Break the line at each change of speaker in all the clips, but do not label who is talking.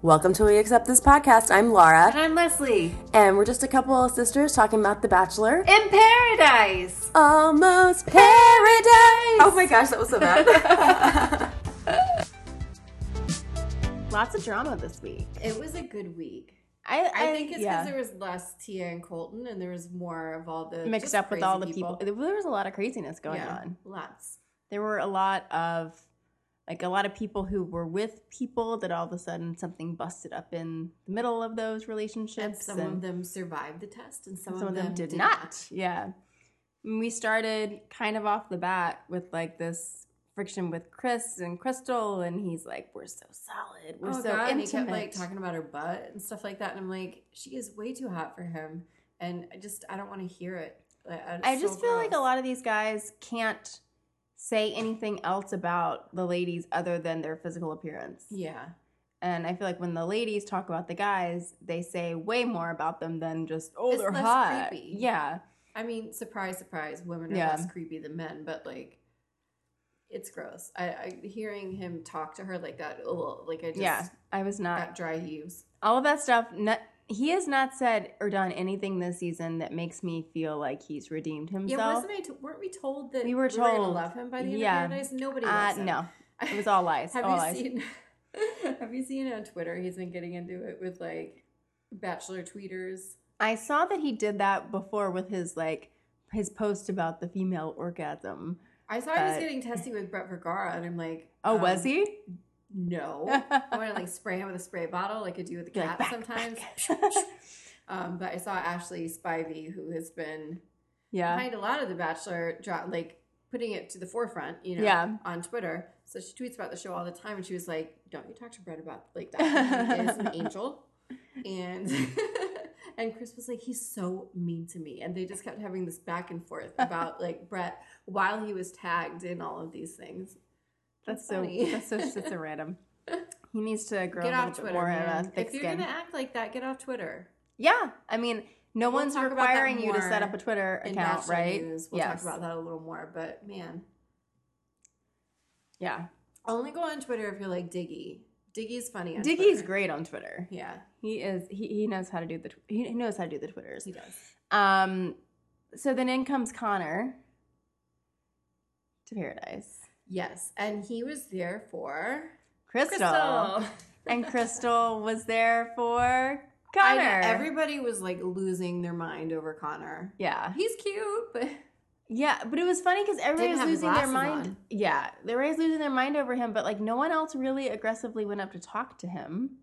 Welcome to We Accept This Podcast. I'm Laura,
And I'm Leslie.
and we're just a couple of sisters talking about The Bachelor.
In paradise!
Almost paradise! Oh my gosh, that was so bad. Lots of drama this week.
It was a good week.
I,
I think it's because
yeah.
there was less Tia and Colton and there was more of all the
mixed
just
up with
crazy
all the people. There was a lot of craziness going
Yeah,
on.
Lots.
There were a lot of like a lot of people who were with people that all of a sudden something busted up in the middle of those relationships.
And some of them survived the test and some,
some of them, did, not. Yeah. And we started kind of off the bat with like this friction with Chris and Crystal, and he's like, "We're so solid. We're
oh,
so
God. And he
intimate."
kept like talking about her butt and stuff like that. And I'm like, she is way too hot for him. And I just, I don't want to hear it. Like, it's
I
so
just feel like a
gross.
lot of these guys can't say anything else about the ladies other than their physical appearance.
Yeah.
And I feel like when the ladies talk about the guys, they say way more about them than just oh
It's
they're
less
hot.
creepy.
Yeah,
I mean, surprise, surprise, women are
Yeah.
less creepy than men, but like, it's gross. I, I hearing him talk to her like that, ugh, like I just
yeah. I was not
got dry heaves.
all of that stuff. No, he has not said or done anything this season that makes me feel like he's redeemed
yeah,
himself.
wasn't I? To, weren't we told that
We were
we gonna
told.
love him by the end
Yeah.
of Paradise? Nobody.
uh,
loves him.
no, it was all lies.
Have
all
you
lies.
seen? have you seen on Twitter? He's been getting into it with like bachelor tweeters.
I saw that he did that before with his like his post about the female orgasm.
I saw he was
But-
getting testy with Brett Vergara, and I'm like,
Oh,
um,
was he?
No, I want to like spray him with a spray bottle, like I do with the
You're
cat
like, "Back,
sometimes.
back."
Um, but I saw Ashley Spivey, who has been
yeah.
behind a lot of The Bachelor, dra- like putting it to the forefront, you know,
Yeah.
on Twitter. So she tweets about the show all the time, and she was like, "Don't you talk to Brett about like that? He is an angel." And and Chris was like, "He's so mean to me," and they just kept having this back and forth about like Brett while he was tagged in all of these things.
That's
That's
so
funny.
that's so that's so random. He needs to grow
Get
a little
off
bit
Twitter,
more
man.
of a thick
If you're
skin.
gonna act like that, get off Twitter.
Yeah, I mean, no
We'll
one's
talk about that
requiring you to set
more
up a Twitter
In
account,
Bachelor
right?
News, we'll talk about that a little more, but man,
Yeah,
only go on Twitter if you're like Diggy. Diggy's funny. On
Diggy's
Twitter.
great on Twitter.
Yeah,
He is. He, he knows how to do the. tw- He knows how to do the Twitters.
he does.
Um, so then in comes Connor to paradise.
Yes, and he was there for
Crystal, and Crystal was there for
I
Connor.
know, everybody was like losing their mind over Connor.
yeah,
He's cute, but
Yeah, but it was funny because everybody
Didn't
was losing
have
their
glasses
mind.
on.
Yeah, everybody's losing their mind over him, but like no one else really aggressively went up to talk to him.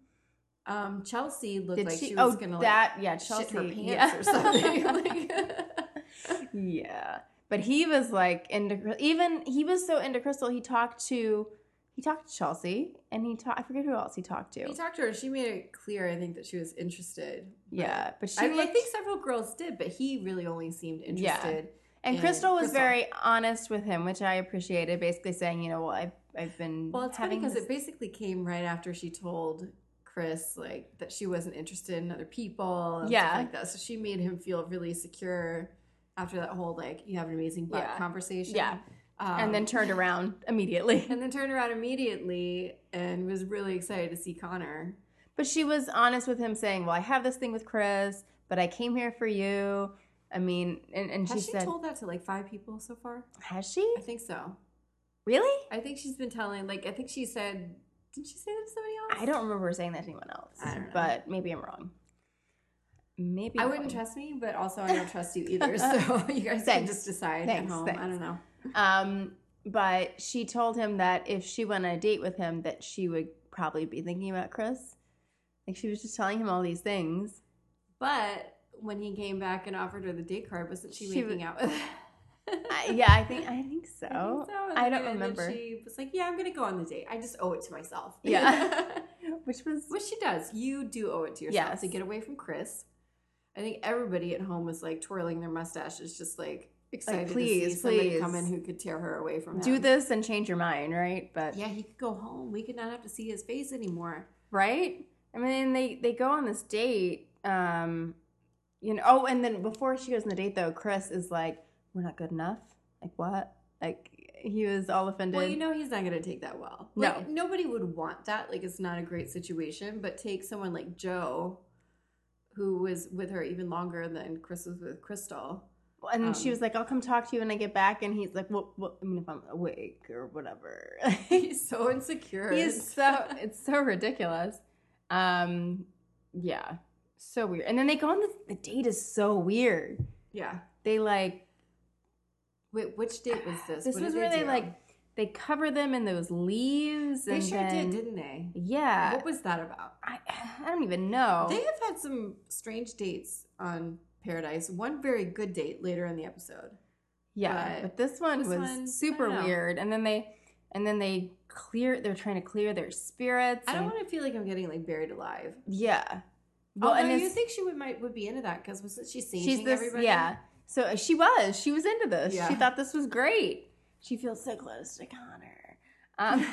um, Chelsea looked
Did
like she,
she?
was
oh,
gonna
that yeah,
like shit
Chelsea
her pants
yeah.
or something. like,
yeah, but he was like into even he was so into Crystal. He talked to he talked to Chelsea and he talked. I forget who else he talked to.
he talked to her. She made it clear, I think, that she was interested. but-
yeah, but she
I, mean, I
looked-
think several girls did, but he really only seemed interested.
and
and
Crystal was
Crystal.
very honest with him, which I appreciated. Basically saying, you know, well, I've I've been
Well, it's funny
having
because
this-
it basically came right after she told Chris like that she wasn't interested in other people. And
Yeah.
stuff like that. So she made him feel really secure after that whole like you have an amazing butt
Yeah.
conversation.
yeah,
Um,
and then turned around immediately.
and then turned around immediately and was really excited to see Connor.
But she was honest with him, saying, "Well, I have this thing with Chris, but I came here for you." I mean, and, and she,
Has she
said,
told that to like five people so far?
"Has she
I think so.
really?"
I think she's been telling like I think she said did she say that to somebody else?
I don't remember her saying that to anyone else,
I don't know.
but maybe I'm wrong. Maybe
I
I'm
wouldn't
wrong.
trust me, but also I don't trust you either. So you guys can
Thanks.
just decide at
Thanks,
home. I
thanks.
don't know.
Um, but she told him that if she went on a date with him, that she would probably be thinking about Chris. Like she was just telling him all these things.
But when he came back and offered her the date card, wasn't she,
She
making
wa-
out with?
I, yeah, I think I think so.
I think so. And
Oh, I
then-
don't
and then
remember.
She was like, "Yeah, I'm gonna go on the date. I just owe it to myself."
Yeah. Which was
which she does. You do owe it to yourself
Yes.
to get away from Chris. I think everybody at home was like twirling their mustaches, just like excited to see
please,
somebody
please.
come in who could tear her away from him.
do this and change your mind, right? But
Yeah, he could go home. We could not have to see his face anymore.
right? I mean, they they go on this date, um, you know. Oh, and then before she goes on the date, though, Chris is like, "We're not good enough." Like what? Like he was all offended.
Well, you know he's not gonna take that well.
No.
Like, nobody would want that. Like it's not a great situation. But take someone like Joe, who was with her even longer than Chris was with Crystal.
and she
um,
was like, "I'll come talk to you when I get back," and he's like, "Well, well I mean, if I'm awake or whatever."
He's so insecure.
He is so it's so ridiculous. Um, yeah, so weird. And then they go on the the date is so weird.
yeah.
They like
Wait, which date was this?
this
What did
was where they
do?
like they cover them in those leaves.
They
and
sure
then-
did, didn't they?
Yeah, Oh.
What was that about?
I I don't even know.
They have had some strange dates on Paradise. One very good date later in the episode.
Yeah,
But
but, this one
this
was
one, I
super
don't know.
weird. And then they and then they clear they're trying to clear their spirits.
I don't
and-
want to feel like I'm getting like buried alive.
Yeah.
Well,
Well,
Although
and
you
it's-
think she would might would be into that because wasn't she seeing
she's this
everybody?
yeah. So uh, she was. She was into this.
Yeah.
She thought this was great. She feels so close to Connor. Um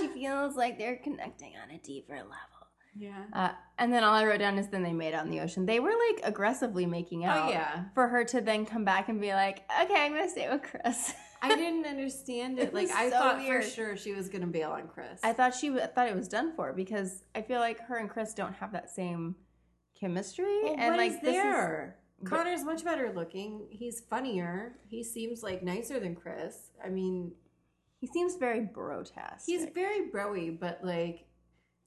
she feels like they're connecting on a deeper level.
yeah.
Uh, and then all I wrote down is then they made out in the ocean. They were like aggressively making out.
Oh yeah.
For her to then come back and be like, okay, I'm going to stay with Chris.
I didn't understand it.
It
Like
was
I
so
thought
weird.
for sure she was gonna bail on Chris.
I thought she I thought it was done for because I feel like her and Chris don't have that same chemistry
well,
and
what
like
is
this is-
there. Connor's much better looking. He's funnier. He seems like nicer than Chris. I mean,
he seems very brotastic.
he's very broy, but like,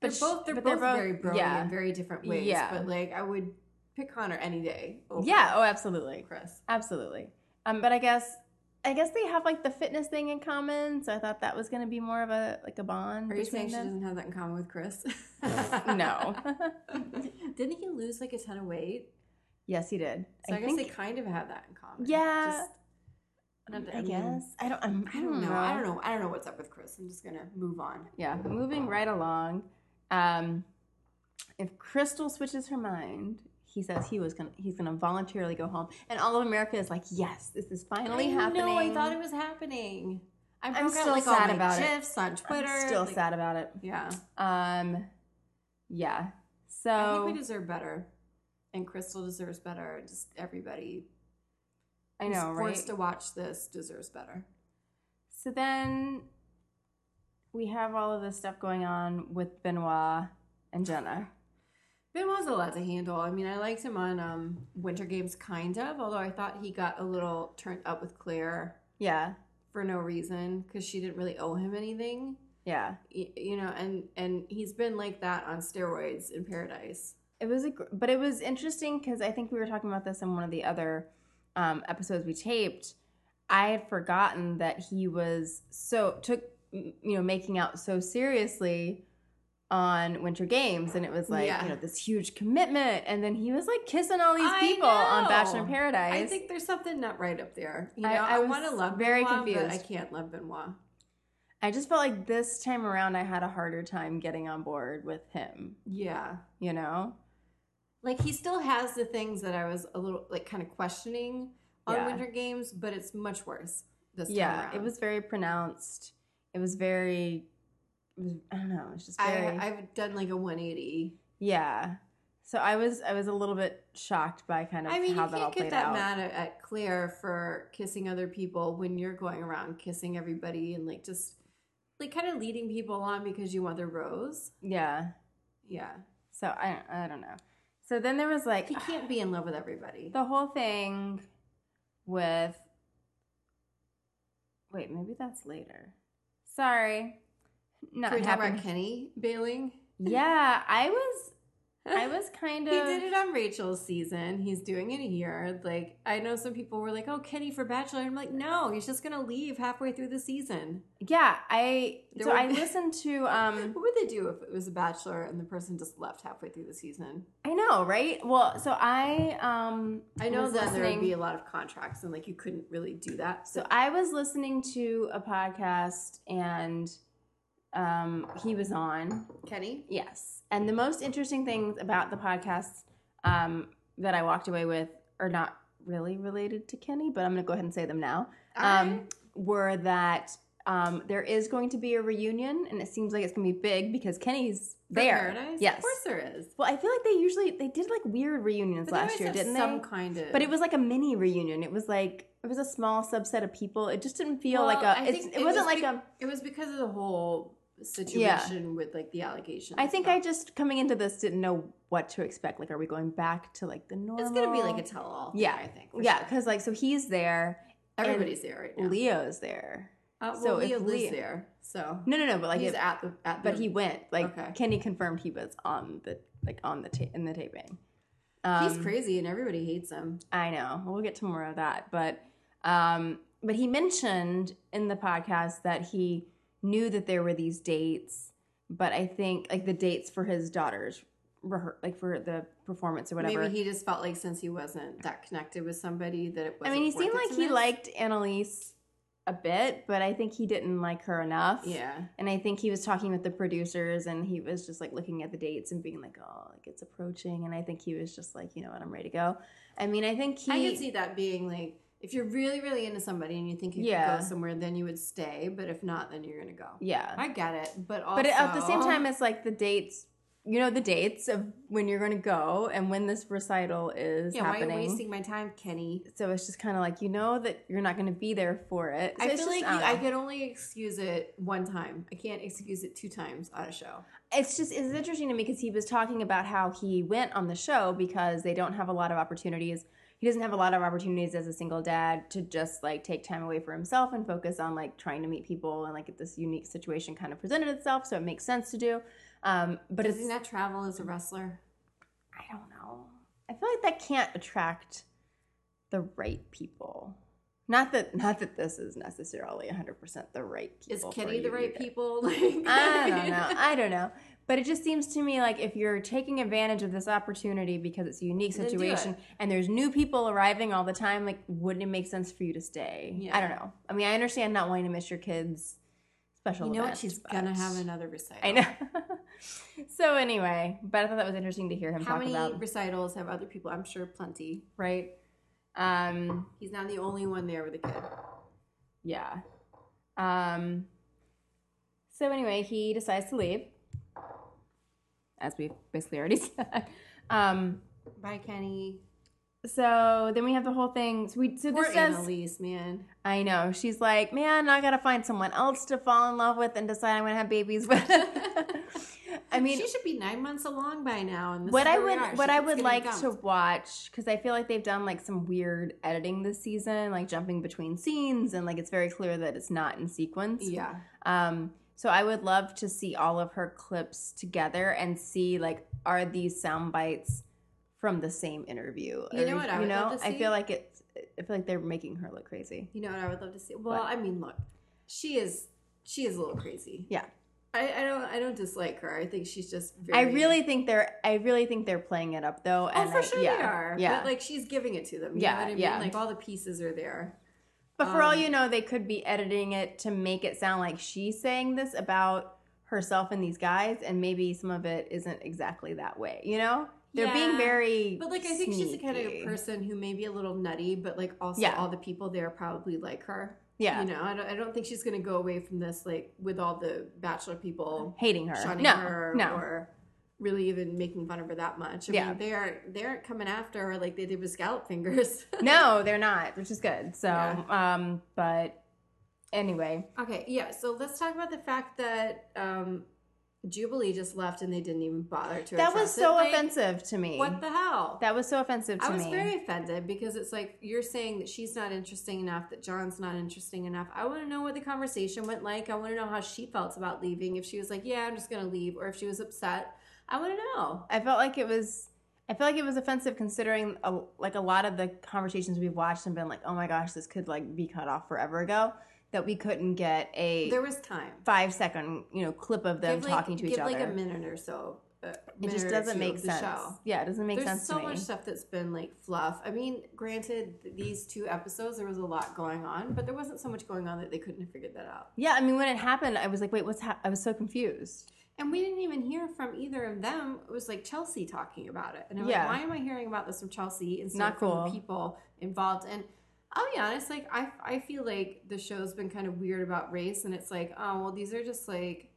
But
but
sh-
both they're,
but they're
both,
both-
very broy
yeah.
in very different ways.
Yeah.
But like, I would pick Connor any day. Over
yeah, oh absolutely.
Chris.
Absolutely. Um but I guess I guess they have like the fitness thing in common, so I thought that was going to be more of a like a bond
Are you saying
between
she
them.
doesn't have that in common with Chris?
no.
Didn't he lose like a ton of weight?
yes, he did.
So I,
I,
guess
think
they kind of have that in common.
Yeah.
Just- not that-
I
mean,
guess. I don't I'm, hmm,
I don't know. I don't know. I don't know what's up with Chris. I'm just gonna move on.
Yeah, moving right along. Um, if Crystal switches her mind, he says he was gonna he's gonna voluntarily go home, and all of America is like, "Yes, this is finally happening."
No, I thought it was happening. I
I'm
broke out
still
like all
sad
my
about it.
gifs on Twitter.
I'm still
like-
sad about it.
Yeah.
Um, yeah.
I think
So
we deserve better. And Crystal deserves better. Just everybody
I,
who's
know, right?
forced to watch this deserves better.
so then we have all of this stuff going on with Benoit and Jenna.
Benoit's a lot to handle. I mean, I liked him on um, Winter Games, kind of, although I thought he got a little turned up with Claire
Yeah,
for no reason because she didn't really owe him anything.
yeah.
Y- You know, and and he's been like that on steroids in Paradise.
It was a, gr- but it was interesting because I think we were talking about this in one of the other um, episodes we taped. I had forgotten that he was so took m- you know making out so seriously on Winter Games, and it was like
Yeah.
you know this huge commitment, and then he was like kissing all these
I
people on
know.
Bachelor in Paradise.
I think there's something not right up there. You know,
I-
I,
I was
want to love
very
Benoit, but I
confused.
can't love Benoit.
I just felt like this time around I had a harder time getting on board with him.
Yeah.
You know,
Like he still has the things that I was a little like kind of questioning on
Yeah.
Winter Games, but it's much worse this time
yeah, it
around.
was very pronounced. It was very, it was, I don't know. It's just very.
I, I've done like a 180.
Yeah. So I was I was a little bit shocked by kind of
I mean,
how
you
that all
can't
played
get that
out.
mad at, at Claire for kissing other people when you're going around kissing everybody and like just like kind of leading people on because you want their rose.
Yeah.
Yeah,
So I I don't know. So then there was like
he can't be in love with everybody.
the whole thing with Wait, maybe that's later. Sorry. Not
Can we talk about
happening.
Kenny bailing?
Yeah, I was I was
He
kind of
did it on Rachel's season. He's doing it here. Like I know some people were like, "Oh, Kenny for Bachelor." I'm like, "No, he's just gonna leave halfway through the season."
Yeah, I
There
so
were-
I listened to um
what would they do if it was a Bachelor and the person just left halfway through the season?
I know, right? Well, so I um
I know
was
that there would
listening-
be a lot of contracts and like you couldn't really do that.
So I was listening to a podcast and um, he was on.
Kenny,
Yes. And the most interesting things about the podcast um, that I walked away with are not really related to Kenny, but I'm going to go ahead and say them now.
All
Um, Were that Um, there is going to be a reunion, and it seems like it's going to be big because Kenny's there.
Paradise?
Yes.
Of course there is.
Well, I feel like they usually they did like weird reunions
But they
last
always
year,
have
didn't
some
they?
kind of.
But it was like a mini reunion. It was like it was a small subset of people. It just didn't feel like
Well,
a.
I
It's,
think
it, wasn't
was
like
be-
a.
It was because of the whole situation with like the allegations.
I think I just coming into this didn't know what to expect. Like, are we going back to like the normal?
It's gonna be like a tell-all. Thing,
Yeah.
I think. for
yeah,
sure.
because like so he's there,
everybody's there right now.
Leo's there.
uh, well,
so if
Leo lives
Leo-
there, so
No, no, no. But like,
he's
it-
at the at the.
but he went. Like
Okay.
Kenny confirmed he was on the like on the ta- in the taping.
he's
Um,
crazy and everybody hates him.
I know. We'll get to more of that, but um, but he mentioned in the podcast that he knew that there were these dates, but I think like the dates for his daughter's rehe- like for the performance or whatever.
Maybe he just felt like since he wasn't that connected with somebody that it
I
was.
mean, he seemed like he liked Annalise a bit, but I think he didn't like her enough.
Yeah.
And I think he was talking with the producers and he was just like looking at the dates and being like, oh, like it's approaching. And I think he was just like, you know what, I'm ready to go. I mean, I think he.
I could see that being like if you're really really into somebody and you think you
Yeah.
could go somewhere, then you would stay. But if not, then you're gonna go.
Yeah.
I get it, but also
but at the same time, it's like the dates, you know, the dates of when you're going to go and when this recital is
yeah,
happening.
why are you wasting my time, Kenny?
so it's just kind of like, you know, that you're not going to be there for it. So
I
it's
feel
just- um,
like
don't
you, I
know.
could only excuse it one time. I can't excuse it two times on a show.
it's just it's interesting to me because he was talking about how he went on the show because they don't have a lot of opportunities. He doesn't have a lot of opportunities as a single dad to just like take time away for himself and focus on like trying to meet people and like this unique situation kind of presented itself, so it makes sense to do. Um, but
But
it's
Doesn't that travel as a wrestler?
I don't know. I feel like that can't attract the right people. Not that not that this is necessarily 100% the right people.
Is
for
Kenny the
you
right
either.
people? Like
I don't know. I don't know. But it just seems to me like if you're taking advantage of this opportunity because it's a unique
Then do
situation
it.
and there's new people arriving all the time, like wouldn't it make sense for you to stay? I
Yeah.
don't know. I mean, I understand not wanting to miss your kids' special.
You know what?
event,
She's
but-
gonna have another recital.
I know. so anyway, but I thought that was interesting to hear him
How
talk
many
about
recitals have other people? I'm sure plenty.
right. Um,
He's not the only one there with a kid.
yeah. Um, so anyway, he decides to leave, as we've basically already said. Um,
Bye, Kenny.
So then we have the whole thing. So we so
Poor
this says
Annalise, man.
I know she's like, man, I gotta find someone else to fall in love with and decide I'm gonna have babies with. I mean,
she should be nine months along by now. And this
what
is
I
where we
would
are. She
what I
keeps
would
getting
like to
dumped.
watch because I feel like they've done like some weird editing this season, like jumping between scenes, and like it's very clear that it's not in sequence.
Yeah,
Um, so I would love to see all of her clips together and see like are these sound bites from the same interview?
You know what I would
know,
love to
I
see?
feel like it's. I feel like they're making her look crazy.
you know what I would love to see. Well,
What?
I mean, look, she is she is a little crazy.
Yeah.
I, I don't I don't dislike her. I think she's just. Very,
I really think they're. I really think they're playing it up though.
Oh,
And
for
I-
sure
yeah,
they are.
Yeah.
But like she's giving it to them. You
Yeah,
Know what I mean?
yeah.
Like all the pieces are there.
But for all
Um,
you know, they could be editing it to make it sound like she's saying this about herself and these guys, and maybe some of it isn't exactly that way. You know, they're being
Yeah.
very.
But like I think she's the kind
sneaky.
of person who may be a little nutty, but like also
Yeah.
all the people there probably like her.
Yeah,
You know, I don't, I don't think she's going to go away from this like with all the bachelor people
hating her.
shunning
no,
her
no.
or really even making fun of her that much. I
Yeah.
mean, they are they aren't coming after her like they did with scallop fingers.
no, they're not, which is good. So,
Yeah.
um, but anyway,
okay, yeah. So let's talk about the fact that um, Jubilee just left and they didn't even bother to.
that was
address
so
it. Like,
offensive to me.
What the hell?
that was so offensive to
I was
me.
very offended because it's like you're saying that she's not interesting enough, that John's not interesting enough. I want to know what the conversation went like. I want to know how she felt about leaving. If she was like, "Yeah, I'm just gonna leave," or if she was upset. I want to know.
I felt like it was. I feel like it was offensive considering a, like a lot of the conversations we've watched and been like, oh my gosh, this could like be cut off forever ago. That we couldn't get a
There was time.
five second you know clip of them
Give, like-
talking to each
give,
other.
like a minute or so. uh,
it
minute
just
or
doesn't
two
make
of the
sense.
show.
Yeah, it doesn't make
There's
sense
so
to me.
much stuff that's been like fluff. I mean, granted, th- these two episodes there was a lot going on, but there wasn't so much going on that they couldn't have figured that out.
yeah, I mean when it happened, I was like, wait, what's hap I was so confused.
And we didn't even hear from either of them. It was like Chelsea talking about it. And I'm
Yeah.
like, why am I hearing about this from Chelsea instead
Not
of from
cool.
the people involved? And I'll be honest, like I I feel like the show's been kind of weird about race, and it's like, oh well, these are just like.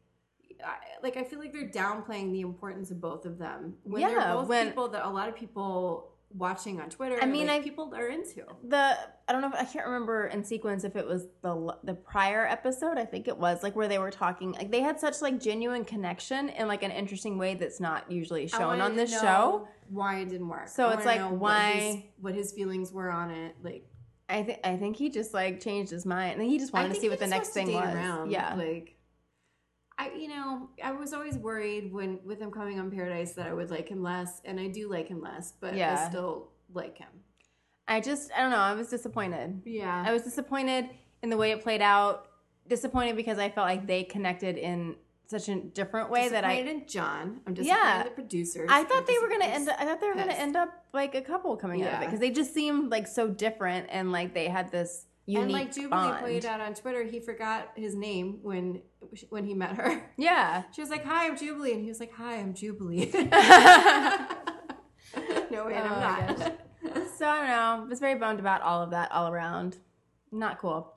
I, like I feel like they're downplaying the importance of both of them when
Yeah,
they're both
when-
people that a lot of people watching on Twitter.
I mean,
like,
I-
people are into.
the I don't know if I can't remember in sequence if it was the l- the prior episode I think it was like where they were talking like they had such like genuine connection in like an interesting way that's not usually
I
shown
wanted
on
to
this
know
show.
why it didn't work.
So
I
it's
wanna
like,
know what his,
why-
what his feelings were on it. Like
I think I think he just like changed his mind and he just wanted
I
to
think
see
he
what the
just
next
wants to
thing
date
was.
around,
Yeah,
like I, you know, I was always worried when with him coming on Paradise that I would like him less, and I do like him less, but
Yeah.
I still like him.
I just I don't know I was disappointed.
Yeah,
I was disappointed in the way it played out. Disappointed because I felt like they connected in such a different way that I
disappointed in John. I'm disappointed
Yeah.
in the producers.
I
I'm
thought they were gonna end.
disappointed-
I thought they were gonna
pissed.
end up like a couple coming out of it
Yeah.
because they just seemed like so different and like they had this unique
And like Jubilee
bond.
pointed out on Twitter, he forgot his name when when he met her.
Yeah,
She was like, "Hi, I'm Jubilee," and he was like, "Hi, I'm Jubilee." no, wait,
Oh my
I'm
gosh.
not.
so I don't know. I was very bummed about all of that all around. Not cool.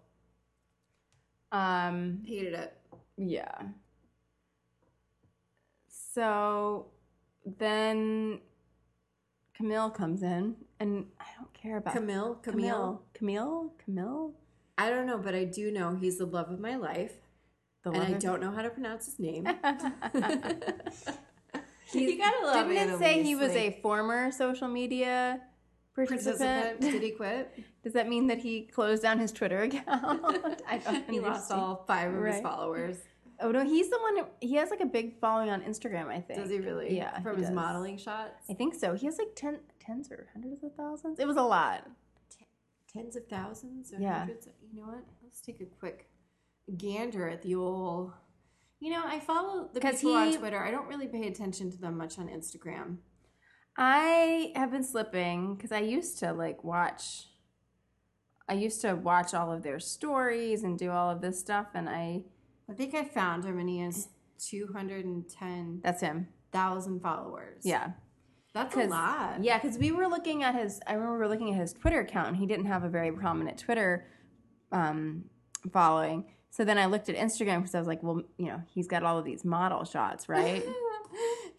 Um.
Hated it.
Yeah. So then Camille comes in, and I don't care about
Camille, Camille.
Camille. Camille. Camille.
I don't know, but I do know he's the love of my life,
The
and I
lover.
don't know how to pronounce his name.
He's-
you gotta love
Didn't it
Annalise,
say he was
like,
a former social media participant?
participant? Did he quit?
Does that mean that he closed down his Twitter account? I don't
he lost
understand.
all five of
Right.
his followers.
Oh no, he's the one. He has like a big following on Instagram. I think.
Does he really?
Yeah,
From
he
his
does.
modeling shots,
I think so. He has like ten, tens or hundreds of thousands. It was a lot.
tens of thousands or
Yeah.
hundreds. Of, you know what? Let's take a quick gander at the old. You know, I follow the
'Cause
people on
he-
Twitter. I don't really pay attention to them much on Instagram.
I have been slipping because I used to like watch. I used to watch all of their stories and do all of this stuff, and I.
I think I found him, and he has two hundred and ten
That's him.
thousand followers.
Yeah.
that's a
'Cause-
lot.
Yeah, because we were looking at his. I remember we were looking at his Twitter account, and he didn't have a very prominent Twitter um, following. So then I looked at Instagram because I was like, well, you know, he's got all of these model shots, right?
He needs to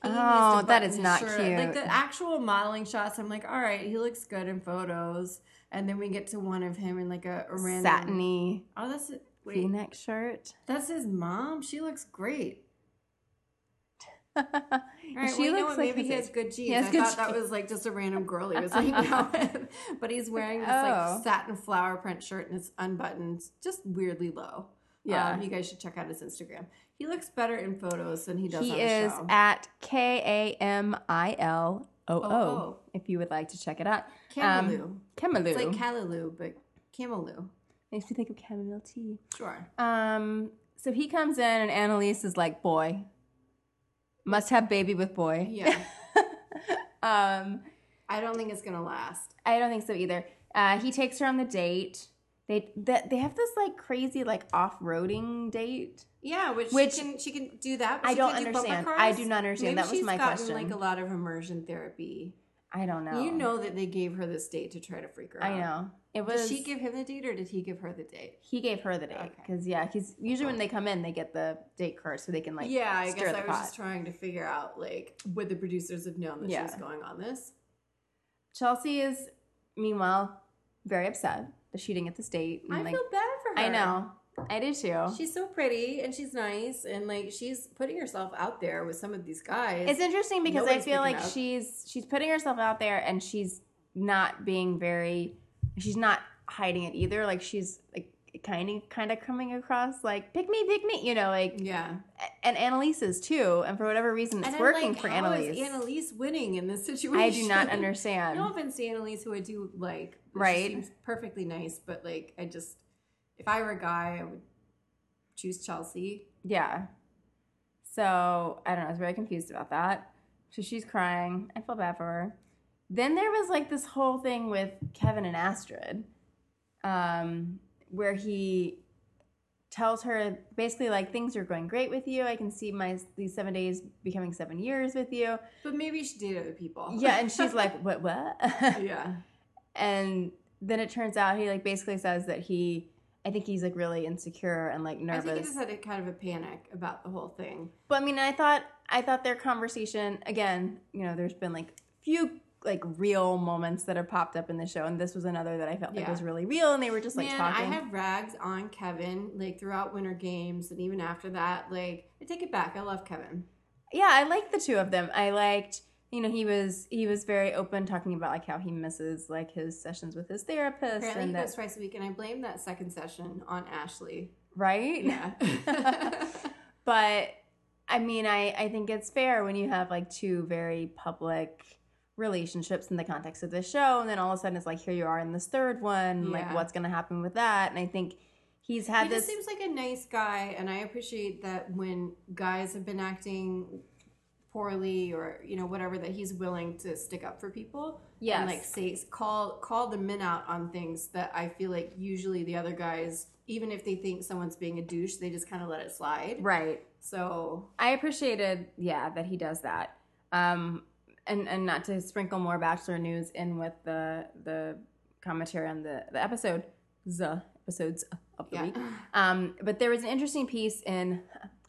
Oh, that
button
is
his
not cute.
Like the actual modeling shots, I'm like, all right, he looks good in photos. And then we get to one of him in like a, a random
Satiny
Oh, that's wait,
V-neck shirt.
that's his mom. She looks great. All right,
she
well, you know
looks
what?
like
maybe he
his
has good jeans.
has
I
good
thought that
jeans.
was like just a random girl he was hanging out with, but he's wearing this
Oh.
like satin flower print shirt and it's unbuttoned, just weirdly low.
Yeah.
Um, you guys should check out his Instagram. He looks better in photos than he does
He
on
is
the show.
at K A M I L O O.
Oh, oh.
If you would like to check it out,
Camelou.
Camelou
It's like Callaloo, but Camelou.
makes me think of chamomile tea.
Sure.
Um, so he comes in, and Annalise is like, "Boy, must have baby with boy."
Yeah.
Um,
I don't think it's gonna last.
I don't think so either. Uh, he takes her on the date. They that they have this like crazy like off roading date.
Yeah, which,
Which-
she can she can do that.
I
she
don't
can't do bumper
understand.
cars?
I do not understand.
Maybe
That was
she's
my
gotten,
question.
Like a lot of immersion therapy.
I don't know.
You know that they gave her this date to try to freak her out.
I know. It
Did
was
she give him the date or did he give her the date?
he gave her the date
Okay.
because yeah, because usually when they come in, they get the date card so they can like
yeah, I
stir
guess
the
I was
pot.
just trying to figure out like would the producers have known that
Yeah.
she was going on this?
Chelsea is meanwhile very upset that she didn't get this date. and,
I
like,
feel bad for her.
I know, I do too.
She's so pretty and she's nice and like she's putting herself out there with some of these guys.
it's interesting because I
Nobody's
feel
picking
like
up.
she's she's putting herself out there and she's not being very she's not hiding it either. Like she's like kind of kind of coming across like pick me, pick me, you know, like
yeah.
and Annalise is too. And for whatever reason, it's
And I'm
working
like,
for
how is
Annalise.
Annalise winning in this situation.
I do not understand.
No offense to Annalise, who I do like. but she
Right.
seems perfectly nice, but like, I just, if I were a guy, I would choose Chelsea.
Yeah. So I don't know. I was very confused about that. So she's crying. I feel bad for her. Then there was like this whole thing with Kevin and Astrid, um, where he tells her basically like things are going great with you. I can see my these seven days becoming seven years with you.
But maybe she dated other people.
Yeah, and she's like, what, what?
yeah.
and then it turns out he like basically says that he I think he's like really insecure and like
I
nervous.
think he just had a kind of a panic about the whole thing.
But I mean, I thought I thought their conversation again. You know, there's been like few like real moments that have popped up in the show, and this was another that I felt like
Yeah.
was really real, and they were just like
Man,
talking.
I have rags on Kevin like throughout Winter Games and even after that. Like, I take it back. I love Kevin.
yeah, I liked the two of them. I liked you know he was he was very open talking about like how he misses like his sessions with his therapist
Apparently, he
and
goes
that
twice a week, and I blame that second session on Ashley.
right.
Yeah.
but I mean, I, I think it's fair when you have like two very public relationships in the context of the show, and then all of a sudden it's like, here you are in this third one. Like,
Yeah.
what's going to happen with that? And I think he's had
he
this.
just seems like a nice guy, and I appreciate that when guys have been acting poorly or you know whatever, that he's willing to stick up for people.
Yes.
and like say call call the men out on things that I feel like usually the other guys, even if they think someone's being a douche, they just kind of let it slide.
right.
So
I appreciated, yeah, that he does that. Um, and and not to sprinkle more Bachelor news in with the the commentary on the the episode, the episodes of the
yeah,
week. Um, but there was an interesting piece in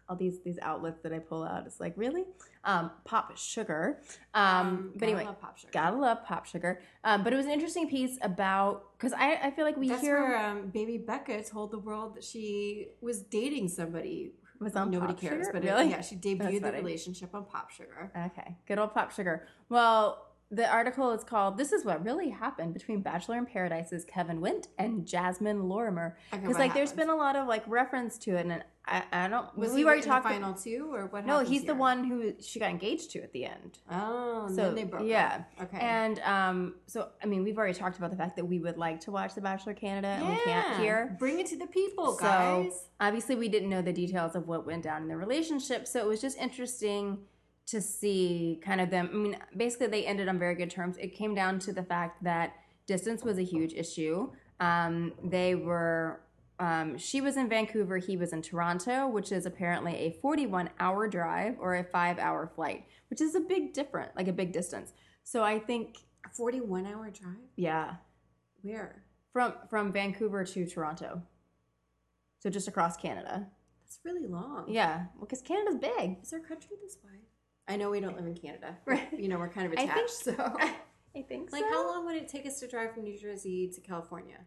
all these these outlets that I pull out. It's like really um, pop sugar. Um, but
Oh, gotta
anyway,
love pop sugar.
gotta love pop sugar. Um, but it was an interesting piece about because I, I feel like we
That's
hear
where um, baby Becca told the world that she was dating somebody.
was on
Nobody
Pop
cares,
Sugar?
but
really
it, yeah, she
That's
debuted the
funny.
relationship on Pop Sugar.
Okay, good old pop sugar. Well, the article is called "This is what really happened between Bachelor in Paradise's Kevin Wint and Jasmine Lorimer."
Okay,
Because
what
like, there's
happened?
been a lot of like reference to it, and I, I don't.
Was
we've
he
already
in
talked.
the final two or what?
no,
happens
he's the
here?
one who she got engaged to at the end.
Oh, and
So,
then they broke. up.
yeah.
Okay.
And um, so, I mean, we've already talked about the fact that we would like to watch The Bachelor Canada and we can't here.
Bring it to the people,
So-
guys.
Obviously, we didn't know the details of what went down in the relationship. So it was just interesting to see kind of them. I mean, basically, they ended on very good terms. It came down to the fact that distance was a huge issue. Um, they were. Um, she was in Vancouver, he was in Toronto, which is apparently a 41 hour drive or a five hour flight, which is a big different, like a big distance. So I think,
A 41 hour drive?
yeah,
Where?
from from Vancouver to Toronto. So just across Canada.
That's really long.
Yeah, well, because Canada's big.
Is our country this wide? I know we don't live in Canada.
Right.
You know, we're kind of
I
attached.
think-
so,
I think
like, how long would it take us to drive from New Jersey to California?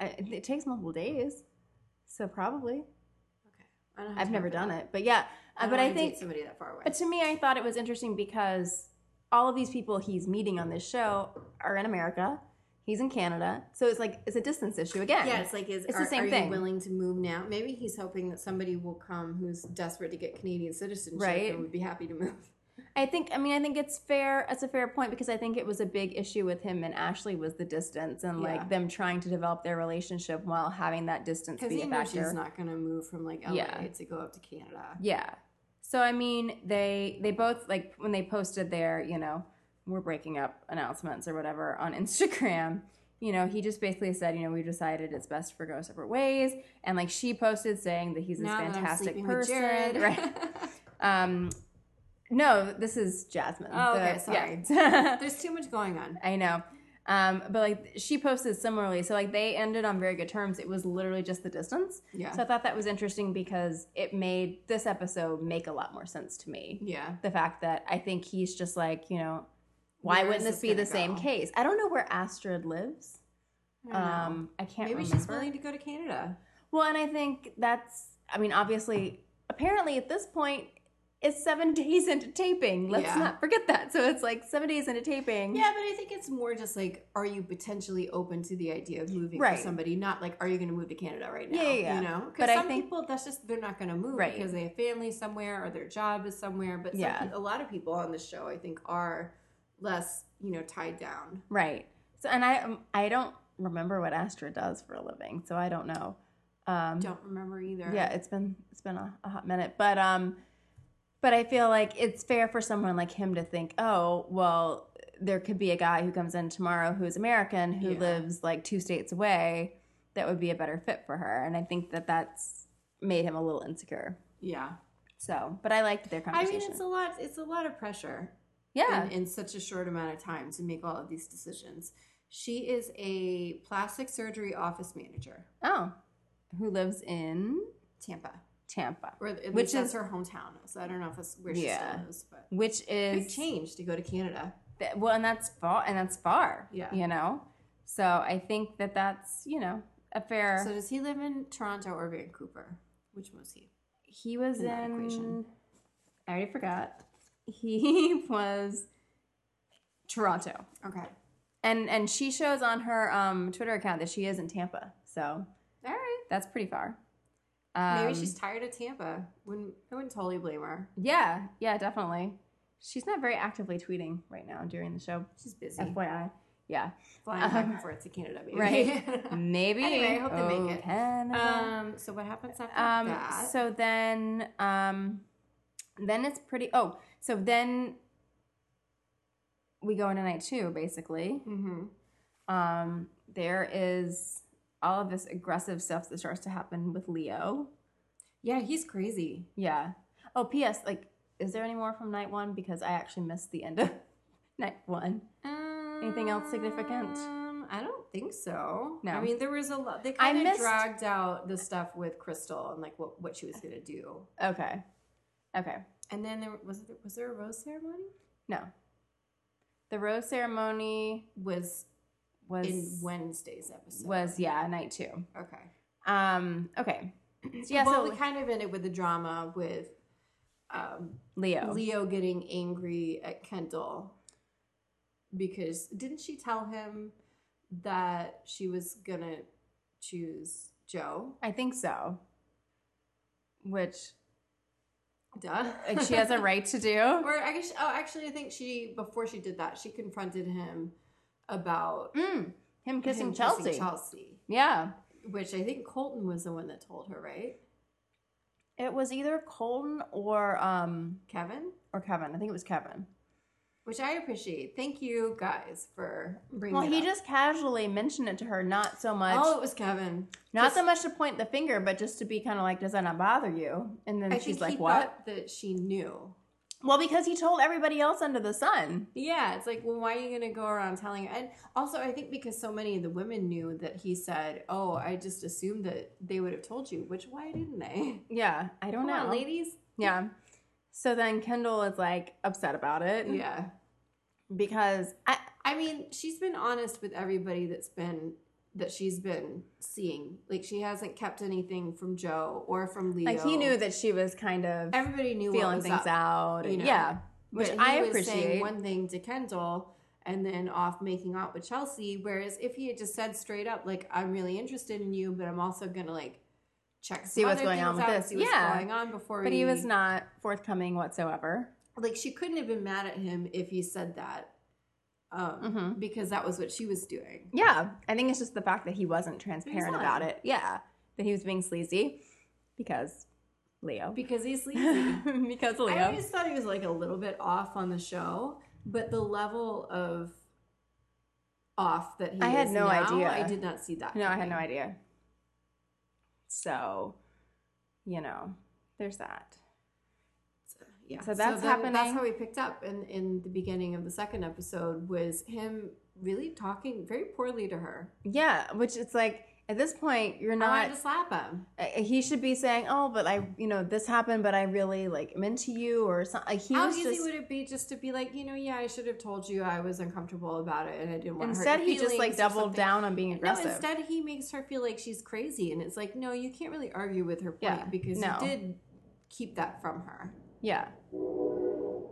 I, it takes multiple days, so probably.
Okay. I don't have
I've
time
never
for
done
that.
it, but yeah.
I
Uh,
don't
but I
wanna date
think,
somebody that far away.
but to me, I thought it was interesting because all of these people he's meeting on this show are in America. He's in Canada, so it's like it's a distance issue again.
yeah, it's like, is
It's the
are,
same
are
thing.
you willing to move now? Maybe he's hoping that somebody will come who's desperate to get Canadian citizenship
Right.
and would be happy to move.
I think I mean I think it's fair it's a fair point because I think it was a big issue with him and Ashley was the distance and
Yeah.
like them trying to develop their relationship while having that distance
Because
be
he
a
knows
factor.
she's not going to move from like LA
Yeah.
to go up to Canada.
yeah. So I mean they they both like when they posted their, you know, we're breaking up announcements or whatever on Instagram, you know, he just basically said, you know, we decided it's best for go separate ways and like she posted saying that he's this
Now that I'm
fantastic
sleeping with
person.
Jared.
Right. Um no, this is Jasmine.
Oh,
the-
okay, sorry.
yeah.
There's too much going on.
I know. Um, but like she posted similarly, so like they ended on very good terms. It was literally just the distance.
Yeah.
So I thought that was interesting because it made this episode make a lot more sense to me.
yeah.
The fact that I think he's just like you know, why
Where
wouldn't
is
this,
this
be
gonna
the same
go?
case? I don't know where Astrid lives.
I don't know.
um, I can't.
Maybe
remember.
she's willing to go to Canada.
Well, and I think that's. I mean, obviously, apparently at this point. It's seven days into taping. Let's
Yeah.
not forget that. So it's like seven days into taping.
Yeah, but I think it's more just like, are you potentially open to the idea of moving
Right.
for somebody? Not like, are you going to move to Canada right now?
Yeah, yeah, yeah.
You know, because
But I
some
think-
people that's just they're not going to move
Right.
because they have family somewhere or their job is somewhere. But some
Yeah.
pe- a lot of people on the show, I think, are less you know tied down.
Right. So, and I um, I don't remember what Astra does for a living, so I don't know. Um,
Don't remember either.
yeah, it's been it's been a, a hot minute, but um, but I feel like it's fair for someone like him to think, oh, well, there could be a guy who comes in tomorrow who's American who
Yeah.
lives like two states away that would be a better fit for her, and I think that that's made him a little insecure.
yeah.
So, but I liked their
I
conversation.
mean, it's a lot. It's a lot of pressure.
yeah,
in, in such a short amount of time to make all of these decisions. She is a plastic surgery office manager,
Oh, who lives in
Tampa,
Tampa,
or at
Which
least that's
is-
her hometown. So I don't know if that's where she
Yeah.
still lives, but
which
big
is
change to go to Canada.
th- well, and that's far, and that's far.
Yeah.
you know. So I think that that's you know a fair.
So does he live in Toronto or Vancouver? Which one was he?
he was
in
in.
that equation.
I already forgot. He was Toronto,
Okay,
and and she shows on her um, Twitter account that she is in Tampa. So
all right.
that's pretty far.
Maybe
Um,
she's tired of Tampa. Wouldn't I wouldn't totally blame her.
Yeah, yeah, definitely. She's not very actively tweeting right now during the show.
She's busy
FYI. Yeah.
flying back and forth to Canada, maybe.
right. Mm-hmm. Maybe.
Anyway, I hope they
Oh,
make it.
Canada.
um. So what happens after
Um,
that?
so then um then it's pretty oh, so then we go into night two, basically.
hmm
Um, there is all of this aggressive stuff that starts to happen with Leo.
Yeah, he's crazy.
Yeah. Oh, P.S. Like, is there any more from night one? Because I actually missed the end of night one. Anything else significant?
Um, I don't think so.
No.
I mean, there was a lot. They
I
kind of
missed-
dragged out the stuff with Crystal and like what, what she was gonna do.
Okay. Okay.
And then there was there, was there a rose ceremony?
No. The rose ceremony
Was
was
in Wednesday's episode.
was yeah night two.
okay.
Um. Okay. So, yeah.
well,
so
we kind of ended with the drama with um,
Leo.
Leo getting angry at Kendall because didn't she tell him that she was gonna choose Joe?
I think so. Which
Duh.
like she has a right to do.
Or I guess oh, actually, I think she before she did that, she confronted him about
Mm, him kissing
him
Chelsea.
Chelsea,
Yeah.
which I think Colton was the one that told her, right?
It was either Colton or um
Kevin,
or Kevin. I think it was Kevin.
which I appreciate. Thank you guys for bringing.
Well,
it
he
up.
just casually mentioned it to her, not so much,
oh, it was Kevin.
not
just-
so much to point the finger, but just to be kind of like, does that not bother you? And then
I
she's
think he
like, what?
thought that she knew.
Well, because he told everybody else under the sun.
Yeah, it's like, well, why are you going to go around telling? And also, I think because so many of the women knew that he said, "Oh, I just assumed that they would have told you." Which why didn't they?
Yeah, I don't
Come
know.
on, ladies.
Yeah. So then Kendall is like upset about it.
Yeah.
Because I
I mean, she's been honest with everybody that's been that she's been seeing. Like she hasn't kept anything from Joe or from Leo.
like he knew that she was kind of
everybody knew what
feeling
was
things
up,
out.
you know.
Yeah.
but
Which
he
I
was saying
appreciate.
one thing to Kendall and then off making out with Chelsea. Whereas if he had just said straight up, like I'm really interested in you, but I'm also gonna like check
See
some
what's
other
going on
things
with
out,
this."
see what's
Yeah.
going on before.
But he
we-
was not forthcoming whatsoever.
like she couldn't have been mad at him if he said that. Um,
Mhm.
Because that was what she was doing.
Yeah. I think it's just the fact that he wasn't transparent
not.
about it. Yeah. That he was being sleazy because Leo.
Because he's sleazy.
because Leo.
I always thought he was like a little bit off on the show, but the level of off that he
I had
is
no
now,
idea.
I did not see that.
No, I had
coming.
no idea. So, you know, there's that.
Yeah.
So that's
then That's
happening.
how we picked up in in the beginning of the second episode was him really talking very poorly to her.
Yeah, which it's like at this point you're
I
not.
wanted to slap him.
uh, He should be saying, "Oh, but I, you know, this happened, but I really like am into you," or something. Like, he
How
was
easy
just
would it be just to be like, you know, yeah, I should have told you I was uncomfortable about it and I didn't want to
instead
hurt
he
your
just like
feelings or
doubled
something.
down on being aggressive.
No, instead he makes her feel like she's crazy, and it's like, no, you can't really argue with her point
Yeah,
because
no.
you did keep that from her.
yeah,
Oh,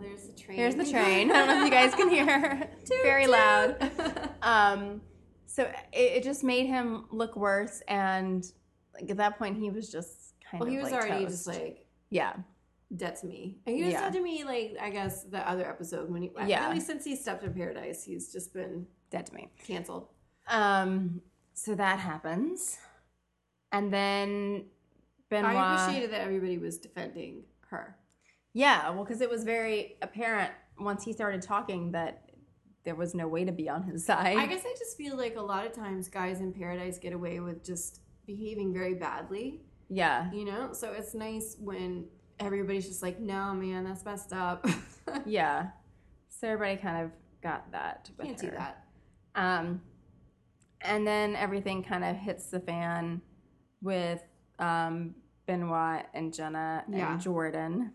there's the train.
here's the train. I don't know if you guys can hear.
Toot,
Very
toot.
loud. Um, so it, it just made him look worse, and like at that point he was just kind
well,
of
he was
like,
already
toast.
just like
yeah,
dead to me. And he was
Yeah.
dead to me, like I guess the other episode when he
Yeah.
really since he stepped in paradise, he's just been
dead to me.
canceled.
Um, so that happens, and then Benoit.
I appreciated that everybody was defending her.
yeah, well, because it was very apparent once he started talking that there was no way to be on his side.
I guess I just feel like a lot of times guys in paradise get away with just behaving very badly.
yeah,
you know so it's nice when everybody's just like no man that's messed up
yeah. So everybody kind of got that. With
can't do
her.
that
Um, and then everything kind of hits the fan with um, Benoit and Jenna
Yeah.
and Jordan.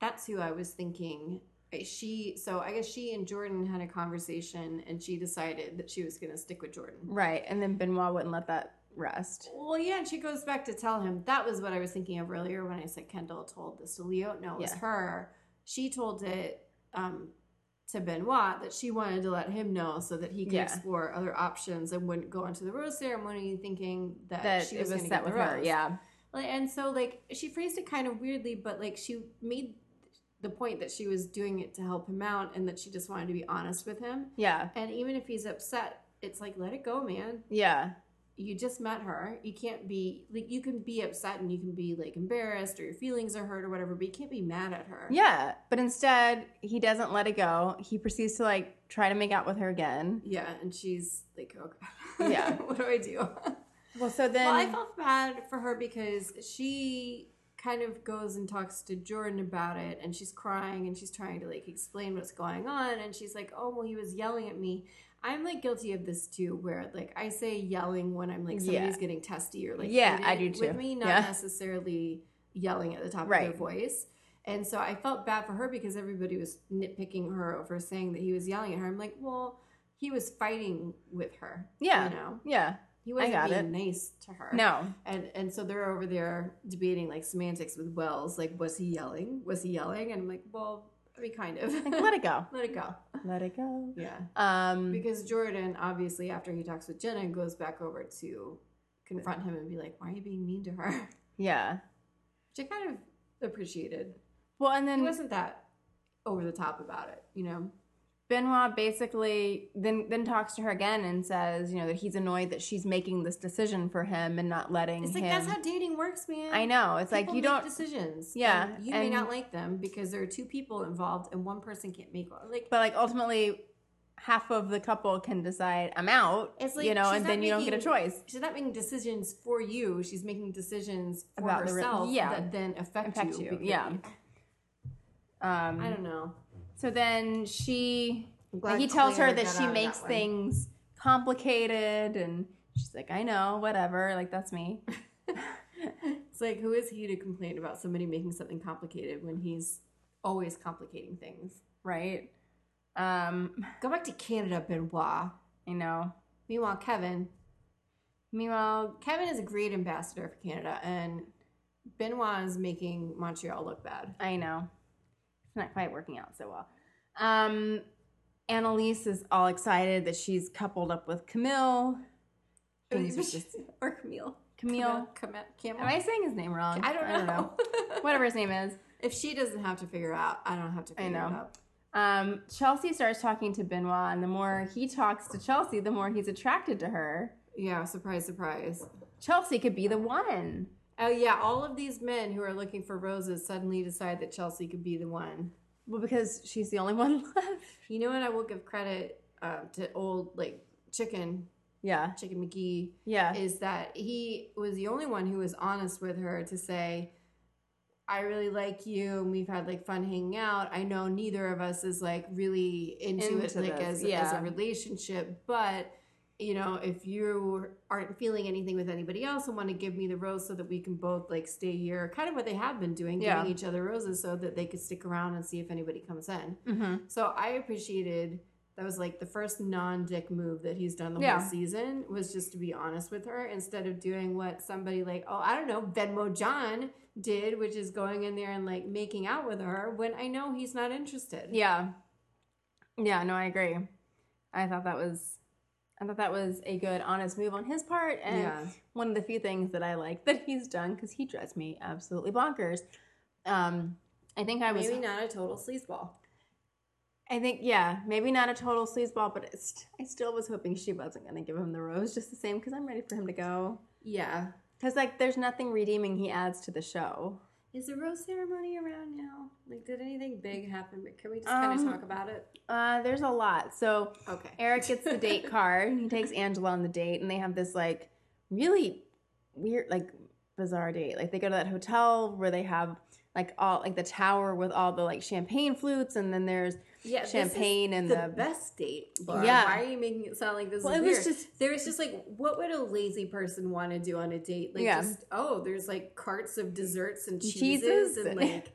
That's who I was thinking. She, so I guess she and Jordan had a conversation and she decided that she was going to stick with Jordan.
Right. And then Benoit wouldn't let that rest.
Well, yeah, and she goes back to tell him that was what I was thinking of earlier when I said Kendall told this to Leo. No, it was
Yeah.
her. She told it um, to Benoit that she wanted to let him know so that he could
Yeah.
explore other options and wouldn't go into the rose ceremony thinking that,
That
she
it
was,
was
going to
set
get
with
the
her.
rose.
Yeah.
Like, and so like she phrased it kind of weirdly, but like she made the point that she was doing it to help him out and that she just wanted to be honest with him.
Yeah.
And even if he's upset, it's like let it go, man.
Yeah.
You just met her. You can't be like you can be upset and you can be like embarrassed or your feelings are hurt or whatever, but you can't be mad at her.
Yeah. But instead, he doesn't let it go. He proceeds to like try to make out with her again.
Yeah, and she's like, okay,
Yeah.
what do I do?
Well, so then.
well, I felt bad for her because she kind of goes and talks to Jordan about it, and she's crying and she's trying to like explain what's going on, and she's like, "Oh, well, he was yelling at me." I'm like guilty of this too, where like I say yelling when I'm like
Yeah.
somebody's getting testy or like
Yeah, I
heated
do
with
too.
me, not
Yeah.
necessarily yelling at the top of
Right.
their voice. And so I felt bad for her because everybody was nitpicking her over saying that he was yelling at her. I'm like, well, he was fighting with her.
Yeah.
you know,
yeah.
he wasn't
got
being nice to her.
No.
And and so they're over there debating like semantics with Wells, like was he yelling? Was he yelling? And I'm like, well, I mean, kind of.
Like, let it go.
Let it go.
Let it go.
Yeah.
Um,
Because Jordan, obviously, after he talks with Jenna, goes back over to confront him and be like, why are you being mean to her?
yeah.
Which I kind of appreciated.
Well, and
He
then
wasn't that over the top about it, you know?
Benoit basically then then talks to her again and says, you know, that he's annoyed that she's making this decision for him and not letting
It's
him.
like, that's how dating works, man.
I know. It's like
People
you
make
don't.
decisions.
Yeah,
and you
and-
may not like them because there are two people involved and one person can't make one. Like,
but like ultimately, half of the couple can decide I'm out.
It's like
you know,
she's
and
not
then you don't get a
making-
choice.
she's not making decisions for you. She's making decisions for
About the re-
herself
yeah.
that then affect,
Affect
you.
you,
because-
yeah. Um,
I don't know.
so then she,
glad
he tells
Claire
her that
got
she
out of
makes
that one.
things complicated, and she's like, I know, whatever. Like that's me.
It's like who is he to complain about somebody making something complicated when he's always complicating things?
right? Um,
Go back to Canada, Benoit.
you know.
Meanwhile, Kevin.
Meanwhile,
Kevin is a great ambassador for Canada, and Benoit is making Montreal look bad.
I know. It's not quite working out so well. Um, Annalise is all excited that she's coupled up with Camille. Things are just-
or Camille.
Camille.
Camille. Camille.
Am I saying his name wrong?
I don't know.
Whatever his name is.
if she doesn't have to figure it out, I don't have to
I
figure
know.
it out.
Um, Chelsea starts talking to Benoit, and the more he talks to Chelsea, the more he's attracted to her.
Yeah, surprise, surprise.
Chelsea could be the one.
Oh yeah, all of these men who are looking for roses suddenly decide that Chelsea could be the one.
Well, because she's the only one left.
You know what? I will give credit uh, to old like Chicken
Yeah.
Chicken McGee
Yeah.
is that he was the only one who was honest with her to say, "I really like you, and we've had like fun hanging out. I know neither of us is like really into, it
Into
like
this,
as as
yeah.
a relationship, but." You know, if you aren't feeling anything with anybody else and want to give me the rose so that we can both like stay here, kind of what they have been doing,
Yeah.
giving each other roses so that they could stick around and see if anybody comes in.
Mm-hmm.
So I appreciated that was like the first non-dick move that he's done the
Yeah.
whole season was just to be honest with her instead of doing what somebody like oh I don't know Venmo John did, which is going in there and like making out with her when I know he's not interested.
Yeah. Yeah, no, I agree. I thought that was I thought that was a good honest move on his part and
Yeah.
one of the few things that I like that he's done cuz he drives me absolutely bonkers. Um I think I was
Maybe not a total sleazeball.
I think yeah, maybe not a total sleazeball, but it's, I still was hoping she wasn't going to give him the rose just the same cuz I'm ready for him to go.
Yeah.
Cuz like there's nothing redeeming he adds to the show.
Is the rose ceremony around now? Like did anything big happen? But can we just kind
Um,
of talk about it?
Uh there's a lot. So
Okay.
Eric gets the date card. He takes Angela on the date, and they have this like really weird, like bizarre date. Like they go to that hotel where they have like all like the tower with all the like champagne flutes, and then there's
Yeah, this is
champagne and
the,
the-
best date. Laura.
Yeah.
Why are you making it sound like this?
Well,
is
it was
weird?
just-
there was just like, what would a lazy person want to do on a date? Like,
Yeah.
just oh, there's like carts of desserts and cheeses,
Cheeses.
and like.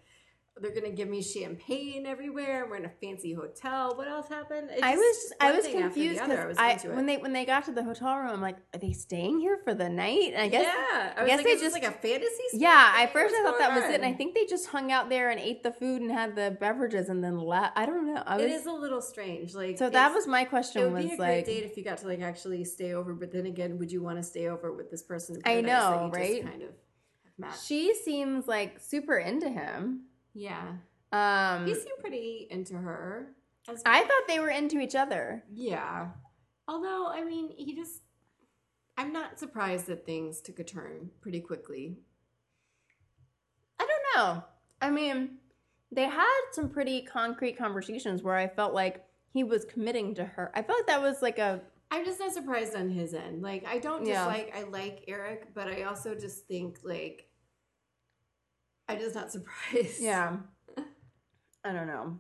They're gonna give me champagne everywhere. We're in a fancy hotel. What else happened? It's
I was just, I
one
was
thing after the
confused
other.
because
was
I,
into it.
when they when they got to the hotel room, I'm like, are they staying here for the night? And I guess
yeah, I
I
was
guess
like,
they
is this
just-
like a fantasy. spot?
Yeah, I first
What's
I thought
going
that was it, and
on?
I think they just hung out there and ate the food and had the beverages and then left. I don't know. I
it
was,
is a little strange. Like
so that
it's-
was my
It
question
would
was
be a
like,
great date if you got to like actually stay over, but then again, would you want to stay over with this person?
I
in paradise that
know,
you just
right?
Kind of have met.
she seems like super into him.
Yeah,
Um,
he seemed pretty into her. As
I thought they were into each other.
yeah, although I mean, he just. I'm not surprised that things took a turn pretty quickly.
I don't know. I mean, they had some pretty concrete conversations where I felt like he was committing to her. I felt like that was like a
I'm just not surprised on his end. Like I don't
Yeah.
dislike I like Eric, but I also just think like I'm just not surprised.
yeah. I don't know.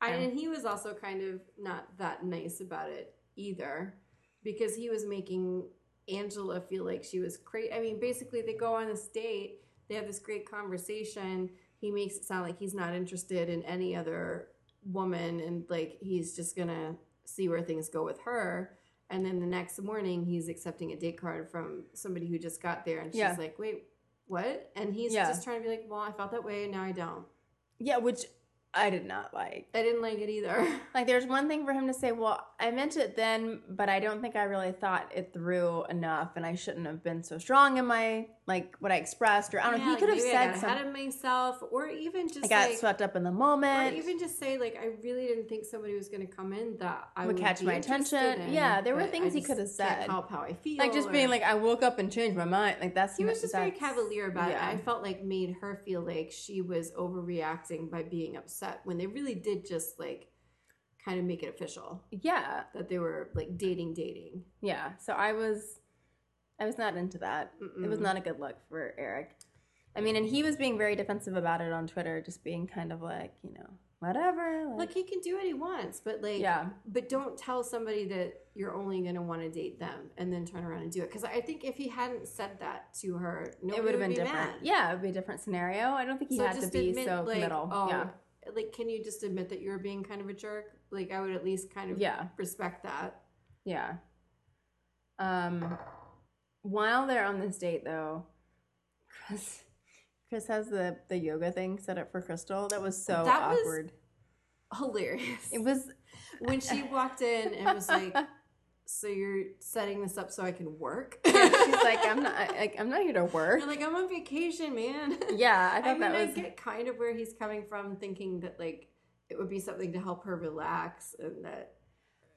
I,
Yeah.
and he was also kind of not that nice about it either because he was making Angela feel like she was crazy. I mean, basically, they go on this date, they have this great conversation. He makes it sound like he's not interested in any other woman and like he's just gonna see where things go with her. And then the next morning, he's accepting a date card from somebody who just got there and she's
Yeah.
like, wait, what? And he's
Yeah.
just trying to be like, well, I felt that way and now I don't.
Yeah, which I did not like.
I didn't like it either.
Like there's one thing for him to say, well, I meant it then, but I don't think I really thought it through enough and I shouldn't have been so strong in my like what I expressed or I don't know, he
Yeah,
could
like,
have
maybe I
said
got
something.
ahead of myself, or even just
I got
like,
swept up in the
or
moment.
even just say like, I really didn't think somebody was going to come in that I
Would
would,
catch
be
my
interested
attention.
in,
Yeah, there were
but I
things he
just
could have
can't
said.
Help how I feel,
like just being
or-
like I woke up and changed my mind. Like that's
He was just very
that's-
cavalier about
yeah.
it. I felt like made her feel like she was overreacting by being upset when they really did just like kind of make it official
Yeah.
that they were like dating, dating.
Yeah. So I was I was not into that. It was
Mm-mm.
not a good look for Eric. I mean, and he was being very defensive about it on Twitter, just being kind of like, you know, whatever. Like,
Look, he can do what he wants, but like,
Yeah.
but don't tell somebody that you're only going to want to date them and then turn around and do it. Because I think if he hadn't said that to her, nobody
it would have been
be
different.
mad.
Yeah, it would be a different scenario. I don't think he
so
had to
just
be
admit,
so
like,
committal.
oh,
yeah.
like can you just admit that you're being kind of a jerk? Like I would at least kind of
Yeah.
respect that.
Yeah. Um while they're on this date though, Chris Chris has the the yoga thing set up for Crystal. That was so
That was-
awkward.
Hilarious.
It was
when she walked in and was like, "So you're setting this up so I can work?"
she's like I'm not I- like I'm not here to work.
You're like, "I'm on vacation, man."
Yeah, I
I,
thought
mean,
that
I
was
get kind of where he's coming from, thinking that like it would be something to help her relax and that.